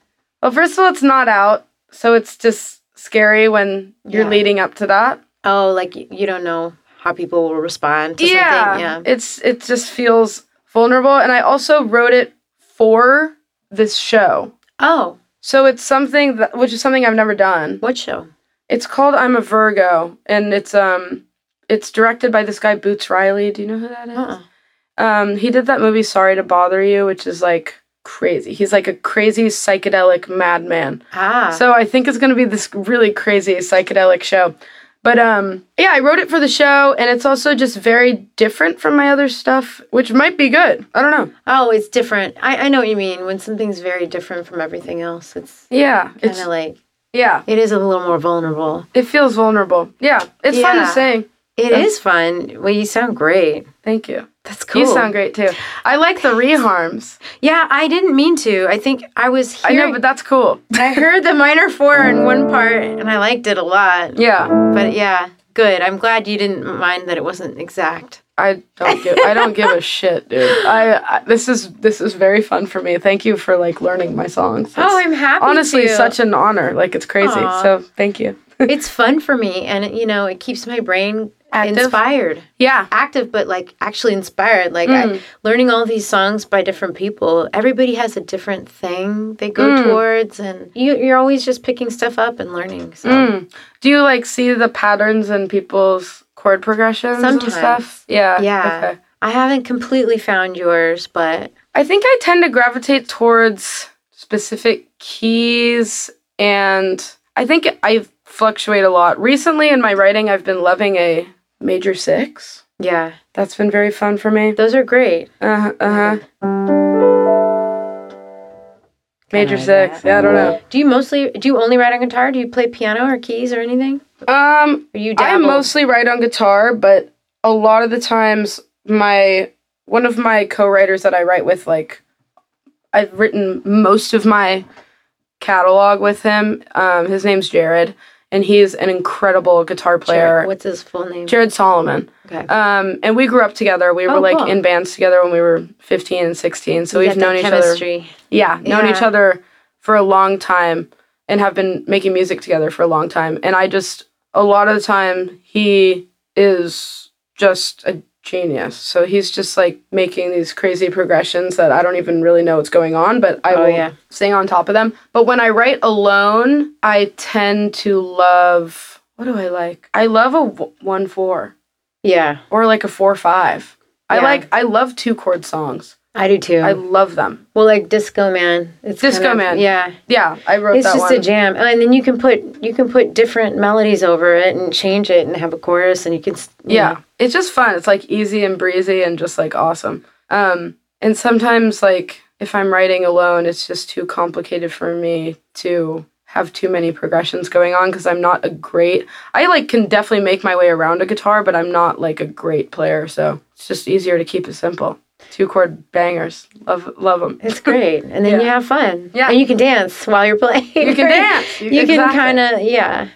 Well, first of all, it's not out, so it's just scary when you're
Yeah.
leading up to that.
Oh, like y- you don't know how people will respond to something. Yeah.
It's it just feels vulnerable, and I also wrote it for this show,
Oh,
so it's something that which is something I've never done.
what show?
It's called I'm a Virgo, and it's um, it's directed by this guy Boots Riley. Do you know who that is?
Uh-uh.
Um, he did that movie Sorry to Bother You, which is like crazy. He's like a crazy psychedelic madman.
Ah.
So I think it's gonna be this really crazy psychedelic show. But um yeah, I wrote it for the show and it's also just very different from my other stuff, which might be good. I don't know.
oh, it's different. I, I know what you mean. When something's very different from everything else, it's
Yeah.
kind
It's
of like
yeah.
it is a little more vulnerable.
It feels vulnerable. Yeah. It's fun
Yeah.
to sing.
It is fun. Well, you sound great.
Thank you.
That's cool.
You sound great too. I like
<laughs>
the reharms.
Yeah, I didn't mean to. I think I was
I
hearing.
know, but that's cool.
I heard the minor four in one part, and I liked it a lot.
<laughs> Yeah.
But yeah, good. I'm glad you didn't mind that it wasn't
<laughs>
exact.
I don't give I don't
<laughs>
give a shit, dude. I, I this is this is very fun for me. Thank you for like learning my songs.
Oh, I'm happy.
honestly
to.
such an honor. Like it's crazy.
Aw.
So thank you.
it's fun for me, and it, you know, it keeps my brain
Active.
inspired,
Yeah.
active, but like actually inspired. Like
Mm.
I, learning all these songs by different people. Everybody has a different thing they go
Mm.
towards, and you, you're always just picking stuff up and learning. So
Mm. Do you like see the patterns in people's chord progressions and
Sometimes.
stuff? Yeah.
yeah,
Okay.
I haven't completely found yours, but
I think I tend to gravitate towards specific keys and I think I fluctuate a lot. Recently in my writing I've been loving a major 6.
yeah,
That's been very fun for me.
those are great.
Uh-huh. uh-huh. Major 6. Yeah, I don't know.
Do you mostly do you only write on guitar? Do you play piano or keys or anything?
Um
Or you
I
dabble?
mostly write on guitar, but a lot of the times my one of my co-writers that I write with like I've written most of my catalog with him. Um, his name's Jared and he's an incredible guitar player.
Jared- What's his full name?
Jared Solomon.
Okay.
Um, and we grew up together. We
Oh,
were like
cool.
in bands together when we were 15 and 16. So
You
we've
got that
known each other.
chemistry.
Yeah, known
Yeah.
each other for a long time and have been making music together for a long time. And I just, a lot of the time, he is just a genius. So he's just like making these crazy progressions that I don't even really know what's going on, but I
Oh,
will
yeah.
sing on top of them. But when I write alone, I tend to love, what do I like? I love a w- 1 4
Yeah,
or like a 4 5. I
Yeah.
like, I love two chord songs.
I do too.
I love them.
well, like Disco Man. It's
Disco
kind of-
Man.
Yeah,
Yeah, I wrote
it's
that
just
one.
a jam, and then you can put you can put different melodies over it and change it and have a chorus, and you can s- you
yeah
know.
it's just fun it's like easy and breezy and just like awesome um and sometimes like if i'm writing alone it's just too complicated for me to have too many progressions going on because i'm not a great i like can definitely make my way around a guitar but i'm not like a great player so it's just easier to keep it simple two chord bangers love love them
It's great, and then you have fun.
Yeah.
and you can dance while you're playing. <laughs>
you can dance
You can kind of yeah.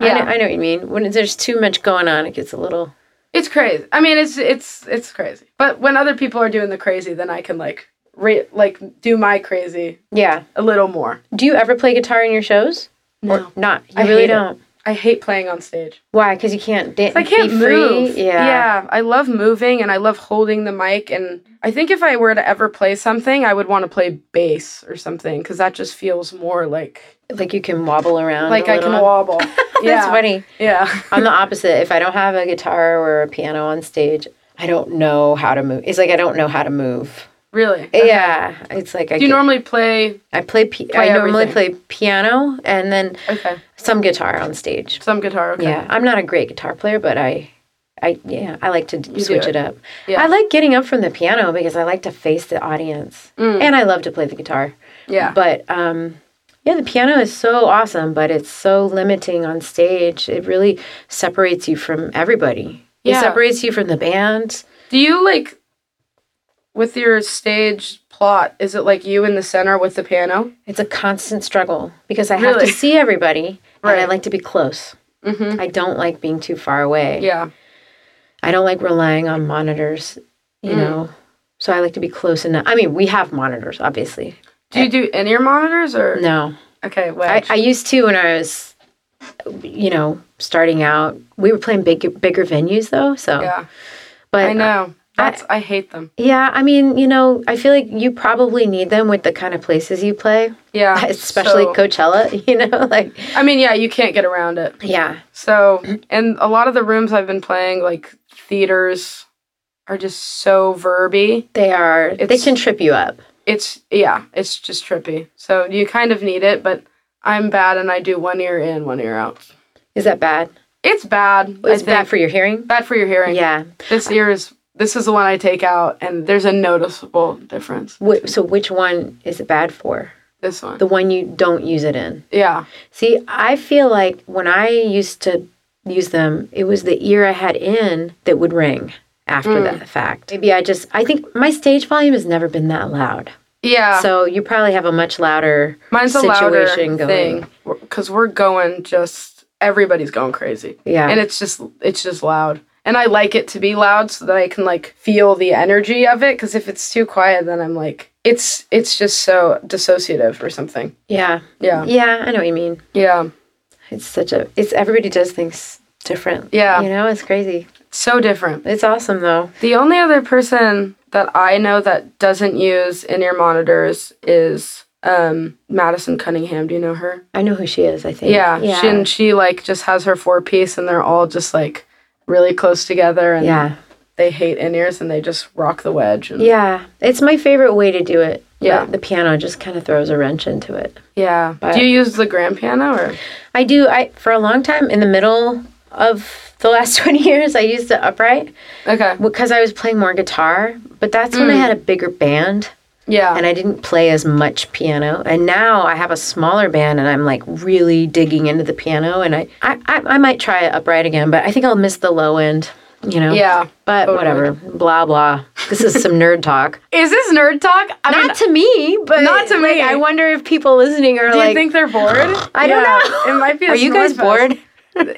Yeah.
I know, I know what you mean. When there's too much going on, it gets a little.
It's crazy. I mean, it's it's it's crazy. But when other people are doing the crazy, then I can like re- like do my crazy
Yeah.
a little more.
Do you ever play guitar in your shows?
No.
Not. You
I
really
hate it.
don't.
I hate playing on stage.
Why? Because you can't dance.
I can't
be
move.
Free. Yeah.
yeah. I love moving and I love holding the mic. And I think if I were to ever play something, I would want to play bass or something because that just feels more like
Like you can wobble around.
like
I
I can <laughs> wobble. yeah.
<laughs> That's
<laughs>
funny.
Yeah.
I'm the opposite. If I don't have a guitar or a piano on stage, I don't know how to move. It's like I don't know how to move.
really.
Yeah. It's like I.
Do you
get-
normally play?
I play. P-
play
I normally
everything?
play piano and then
Okay.
some guitar on stage.
Some guitar. Okay.
Yeah, I'm not a great guitar player, but I, I yeah, I like to d- switch
it.
it. up.
Yeah.
I like getting up from the piano because I like to face the audience,
Mm.
and I love to play the guitar.
Yeah.
But um, yeah, the piano is so awesome, but it's so limiting on stage. It really separates you from everybody.
Yeah.
It separates you from the band.
Do you like with your stage plot, is it like you in the center with the piano?
It's a constant struggle because I have
Really?
to see everybody and I
Right.
like to be close. I don't like being too far away.
Mm-hmm. Yeah.
I don't like relying on monitors, you
Hmm.
know. So I like to be close enough. I mean, we have monitors, obviously.
Do you do in ear monitors or
No,
Okay,
I,
wedge.
I used to when I was, you know, starting out. We were playing bigger, bigger venues though. So,
yeah,
but
I know. That's I hate them.
yeah, I mean, you know, I feel like you probably need them with the kind of places you play, <laughs>
Yeah,
especially
so-
Coachella. <laughs> You know, like
I mean, yeah, you can't get around it.
yeah,
So, and a lot of the rooms I've been playing, like theaters, are just so verby.
they are. they
It's-
can trip you up.
It's yeah, it's just trippy. So you kind of need it, but I'm bad and I do one ear in, one ear out.
Is that bad?
It's bad.
Is
I
bad
think.
for your hearing?
bad for your hearing.
Yeah.
this ear is this is the one I take out, and there's a noticeable difference.
Wh- so which one is it bad for?
This one,
The one you don't use it in.
yeah,
See, I feel like when I used to use them, it was the ear I had in that would ring after
Mm.
that fact. Maybe I just, I think my stage volume has never been that loud.
yeah.
So you probably have a much louder
Mine's a louder
situation going.
thing because we're going just everybody's going crazy.
Yeah.
and it's just it's just loud, and I like it to be loud so that I can like feel the energy of it. Because if it's too quiet, then I'm like it's it's just so dissociative or something.
Yeah.
Yeah,
Yeah, I know what you mean.
yeah,
It's such a, it's everybody does things different.
Yeah.
You know, it's crazy.
so different.
It's awesome though.
The only other person that I know that doesn't use in ear monitors is um Madison Cunningham. Do you know her?
I know who she is, I think.
Yeah,
Yeah.
She, and she like just has her four piece, and they're all just like really close together, and
yeah.
they hate in ears and they just rock the wedge. And
Yeah. It's my favorite way to do it.
Yeah.
But The piano just kind of throws a wrench into it.
yeah. Do you use the grand piano or?
I do. I for a long time in the middle of the last <laughs> twenty years, I used the upright
Okay.
because I was playing more guitar. But that's
Hmm.
when I had a bigger band
Yeah.
and I didn't play as much piano. And now I have a smaller band and I'm like really digging into the piano. And I I, I, I might try it upright again, but I think I'll miss the low end. You know.
Yeah,
But whatever. Blah blah. This is some nerd talk.
Is this nerd talk? <laughs> I mean,
Not to me, but
Not to
like,
me.
I wonder if people listening are
do you
like,
think they're bored?
<gasps> I don't
Yeah,
know.
It might be. a
are you guys
snore
bored?
fest. <laughs>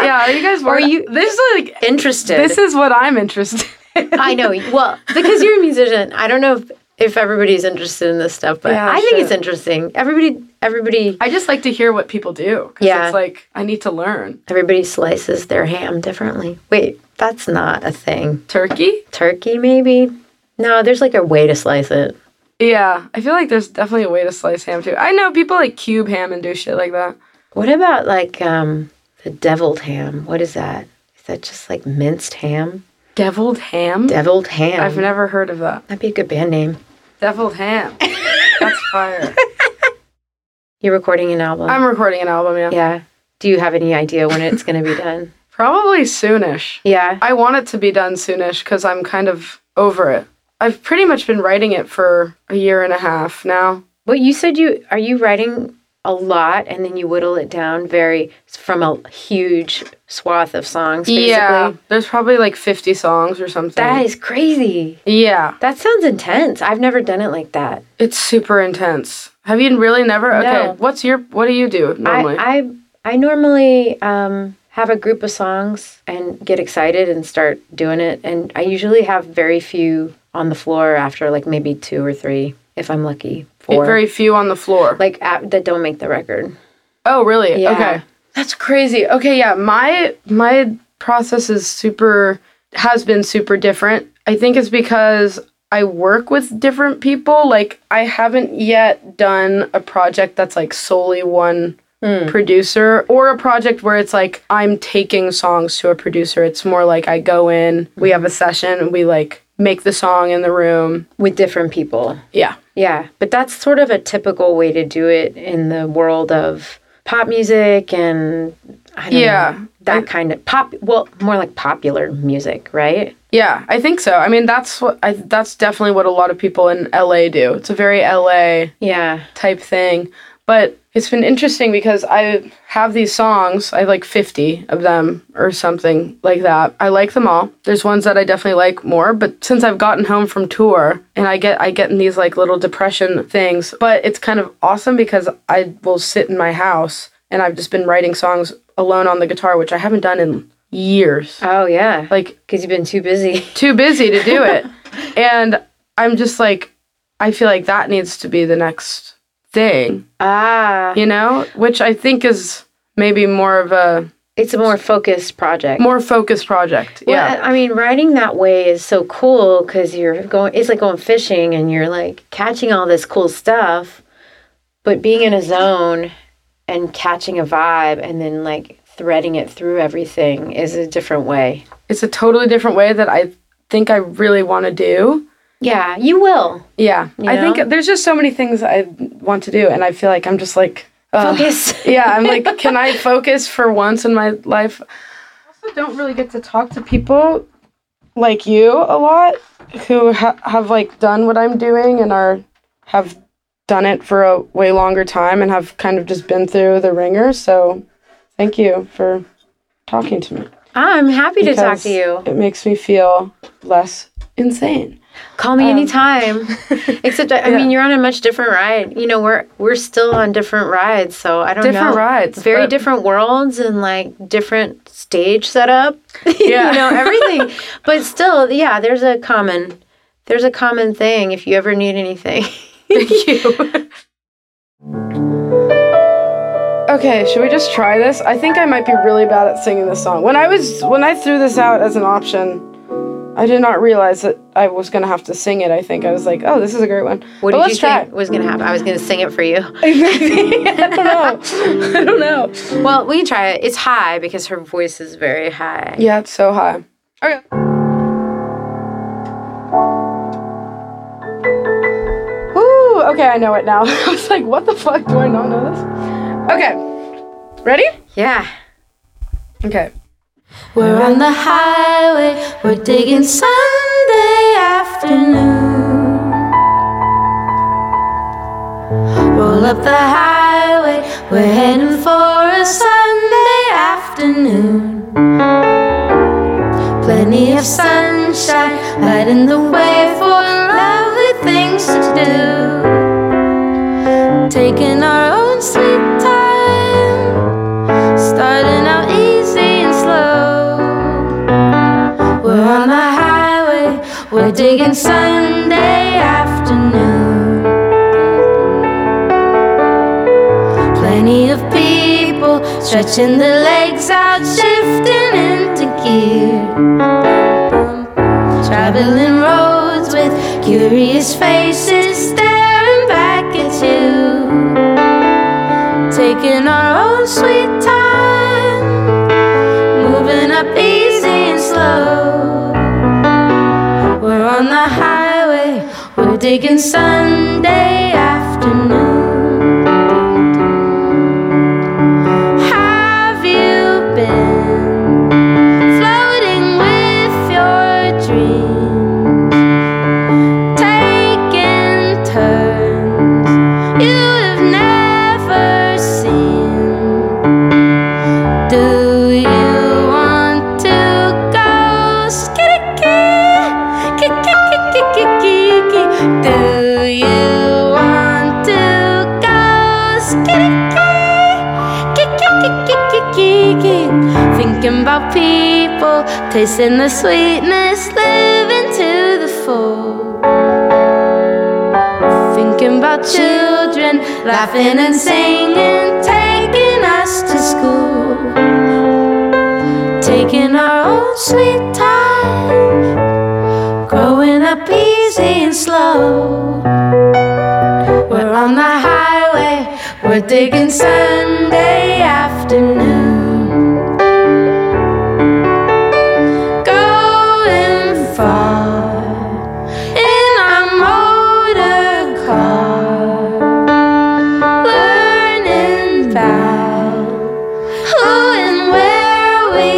Yeah. Are you guys bored?
you-
This is
<laughs>
like.
Interested?
This is what I'm interested. in.
<laughs> I
<laughs>
know. Well, because you're a musician, I don't know if, if everybody's interested in this stuff, but
Yeah,
I think
sure.
it's interesting. Everybody, everybody,
I just like to hear what people do. 'cause
Yeah.
It's like I need to learn
everybody slices their ham differently. Wait, that's not a thing.
turkey.
Turkey, maybe? No, there's like a way to slice it.
Yeah. I feel like there's definitely a way to slice ham too. I know people like cube ham and do shit like that.
What about like um, the deviled ham? What is that? Is that just like minced ham?
Deviled ham.
Deviled ham.
I've never heard of that.
That'd be a good band name. <laughs>
Deviled ham. That's fire.
You're recording an album.
I'm recording an album, yeah.
yeah. Do you have any idea when it's going to be done?
Probably soonish.
Yeah.
I want it to be done soonish because I'm kind of over it. I've pretty much been writing it for a year and a half now.
But you said you are you writing a lot and then you whittle it down very from a huge swath of songs basically.
There's probably like 50 songs or something.
That is crazy.
yeah.
That sounds intense. I've never done it like that.
It's super intense. Have you really never? Okay.
No.
What's your, what do you do normally?
I I, I normally um, have a group of songs and get excited and start doing it and I usually have very few on the floor after like maybe 2 or 3 if I'm lucky. Four.
Very few on the floor.
like at, that don't make the record.
Oh, really?
Yeah.
Okay. That's crazy. Okay, yeah. My my process is super has been super different. I think it's because I work with different people. Like I haven't yet done a project that's like solely one producer or a project where it's like I'm taking songs to a producer. It's more like I go in, we have a session, and we like make the song in the room.
with different people.
Yeah.
Yeah, but that's sort of a typical way to do it in the world of pop music and I don't
Yeah.
know, that kind of pop. Well, more like popular music, right?
Yeah, I think so. I mean, that's what I, that's definitely what a lot of people in LA do. It's a very LA
Yeah,
type thing. But it's been interesting because I have these songs. I have like 50 of them or something like that. I like them all. There's ones that I definitely like more, but since I've gotten home from tour and I get I get in these like little depression things, but it's kind of awesome because I will sit in my house and I've just been writing songs alone on the guitar, which I haven't done in years.
Oh yeah,
Like
because you've been too busy. <laughs>
too busy to do it. and I'm just like I feel like that needs to be the next thing
ah,
you know, which I think is maybe more of a
it's a more focused project.
more focused project.
Well,
yeah.
I mean, riding that way is so cool because you're going. It's like going fishing, and you're like catching all this cool stuff, but being in a zone and catching a vibe, and then like threading it through everything is a different way.
It's a totally different way that I think I really want to do.
Yeah, you <laughs> will
Yeah.
know?
I think there's just so many things I want to do and I feel like I'm just like
<laughs>
ugh.
focus.
yeah, I'm like can I focus for once in my life? I also don't really get to talk to people like you a lot who ha- have like done what I'm doing and are have done it for a way longer time and have kind of just been through the ringer. So thank you for talking to me.
I'm happy to talk
because
to you.
It makes me feel less insane.
Call me <laughs> anytime. Except, I, I mean, you're on a much different ride. You know, we're we're still on different rides, so I don't
Different
know.
rides,
very
but-
different worlds, and like different stage setup. <laughs>
Yeah.
you know <laughs> everything. but still, yeah, there's a common there's a common thing. If you ever need anything,
Okay, should we just try this? I think I might be really bad at singing this song. When I was when I threw this out as an option, I did not realize that I was gonna have to sing it. I think I was like, "Oh, this is a great one."
what
but
did
let's
you
try.
think was gonna happen? I was gonna sing it for you.
<laughs> I don't know. I don't
<laughs>
know.
well, we can try it. It's high because her voice is very high.
Yeah, it's so high. Okay. Woo! Okay, I know it now. <laughs> I was like, "What the fuck? Do I not know this?" Okay, ready?
Yeah.
Okay.
We're on the highway, we're digging Sunday afternoon. Roll up the highway, we're heading for a Sunday afternoon. Plenty of sunshine, lighting the way for lovely things to do. Taking our own sweet time. Starting out easy and slow. We're on the highway, we're digging Sunday afternoon. Plenty of people stretching their legs out, shifting into gear. Traveling roads with curious faces staring back at you taking our own sweet time, moving up easy and slow. We're on the highway, we're digging Sunday afternoon. Have you been floating with your dreams, taking turns? you have never seen. Do you want to go skidiki? Kikikikikiki? Do you want to go skidiki? Kikikikikiki? Thinking about people, tasting the sweetness, living to the full. Thinking about children, laughing and singing, taking us to school. Taking our own sweet time, growing up easy and slow. We're on the highway, we're digging Sunday afternoon. Going far in our motor car, learning about who and where we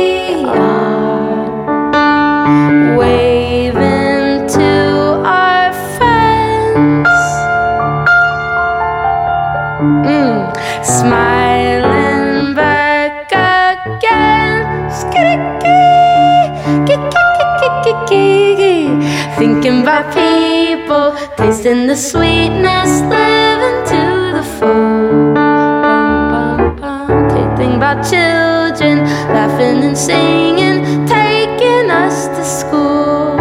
are, waving to our friends. Mm. kiki, thinking about people, tasting the sweetness, living to the full. Bum, bum, bum. Okay, think about children, laughing and singing, taking us to school,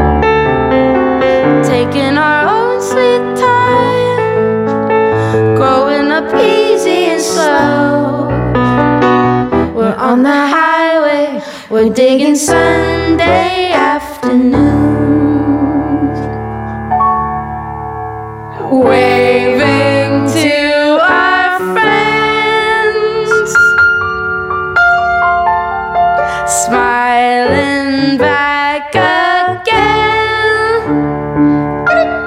taking our own sweet time, growing up easy and slow. We're on the highway, we're digging Sunday afternoons. Waving to our friends, smiling back again.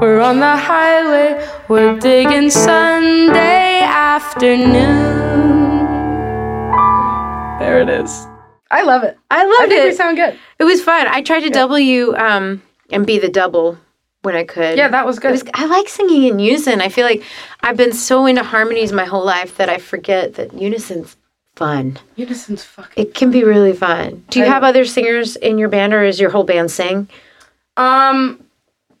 We're on the highway, we're digging Sunday afternoon.
There it is. I love it.
I
I
loved
think we
it.
sound good.
it was fun. I tried to double you um, and be the double when I could.
Yeah, that was
It
good.
was- I like singing in unison. I feel like I've been so into harmonies my whole life that I forget that unison's fun.
Unison's fucking.
It can be really fun. Do you have other singers in your band or is your whole band sing?
Um,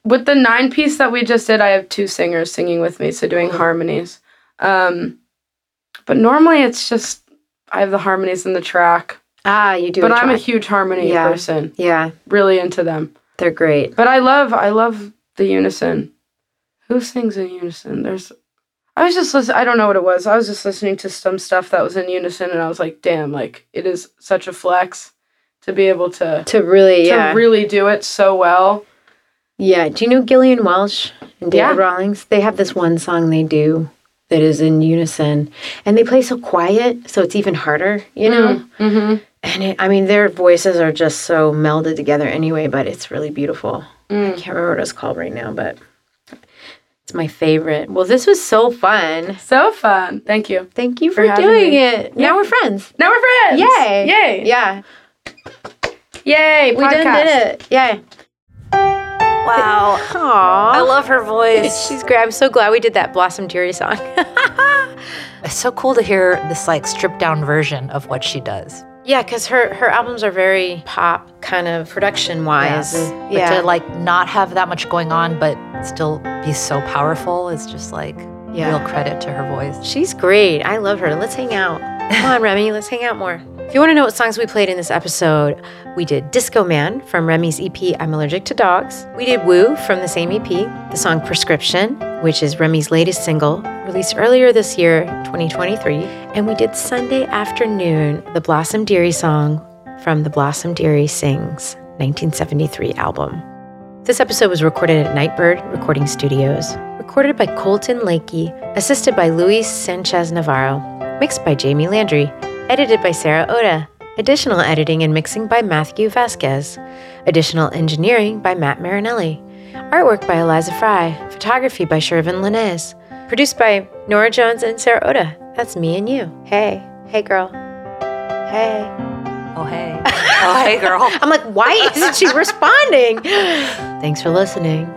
with the nine piece that we just did, I have two singers singing with me, so doing harmonies. Um, but normally it's just I have the harmonies in the track.
Ah, you do.
But
a
I'm a
track.
huge harmony
Yeah.
person,
Yeah,
really into them.
they're great.
But I love I love the unison. Who sings in unison? There's I was just listening I don't know what it was. I was just listening to some stuff that was in unison and I was like, damn, like it is such a flex to be able to
To really, yeah.
to really do it so well.
yeah. Do you know Gillian Welsh and David
Yeah.
Rawlings? They have this one song they do that is in unison and they play so quiet, so it's even harder, you know?
Mm-hmm.
And it, I mean, their voices are just so melded together anyway, but it's really beautiful. I can't remember what it's called right now, but it's my favorite. Well, this was so fun.
So fun. Thank you.
Thank you
For
for,
having
doing
me.
it. Now we're friends.
Now we're friends.
Yay.
Yay.
Yeah.
Yay.
We done did it. Yeah. <laughs>
Wow. I
Aww.
love her voice.
She's great. I'm so glad we did that Blossom Teary song. <laughs>
It's so cool to hear this like stripped down version of what she does.
Yeah, because her her albums are very pop kind of production wise.
But
Yeah.
to like not have that much going on but still be so powerful is just like
Yeah.
real credit to her voice.
She's great. I love her. Let's hang out. Come on, Remy. Let's hang out more. If you want to know what songs we played in this episode, we did Disco Man from Remy's EP I'm Allergic to Dogs. We did Woo from the same EP, the song Prescription, which is Remy's latest single, released earlier this year, 2023. And we did Sunday Afternoon, the Blossom Dearie song from the Blossom Dearie Sings 1973 album. This episode was recorded at Nightbird Recording Studios, recorded by Colton Lakey, assisted by Luis Sanchez Navarro, mixed by Jamie Landry, edited by Sarah Oda, additional editing and mixing by Matthew Vasquez, additional engineering by Matt Marinelli, artwork by Eliza Fry, photography by Shervin Lanez, produced by Nora Jones and Sarah Oda. That's me and you. Hey, hey girl. Hey. <laughs>
Oh hey. oh hey girl.
I'm like, <laughs> why isn't she responding? Thanks for listening.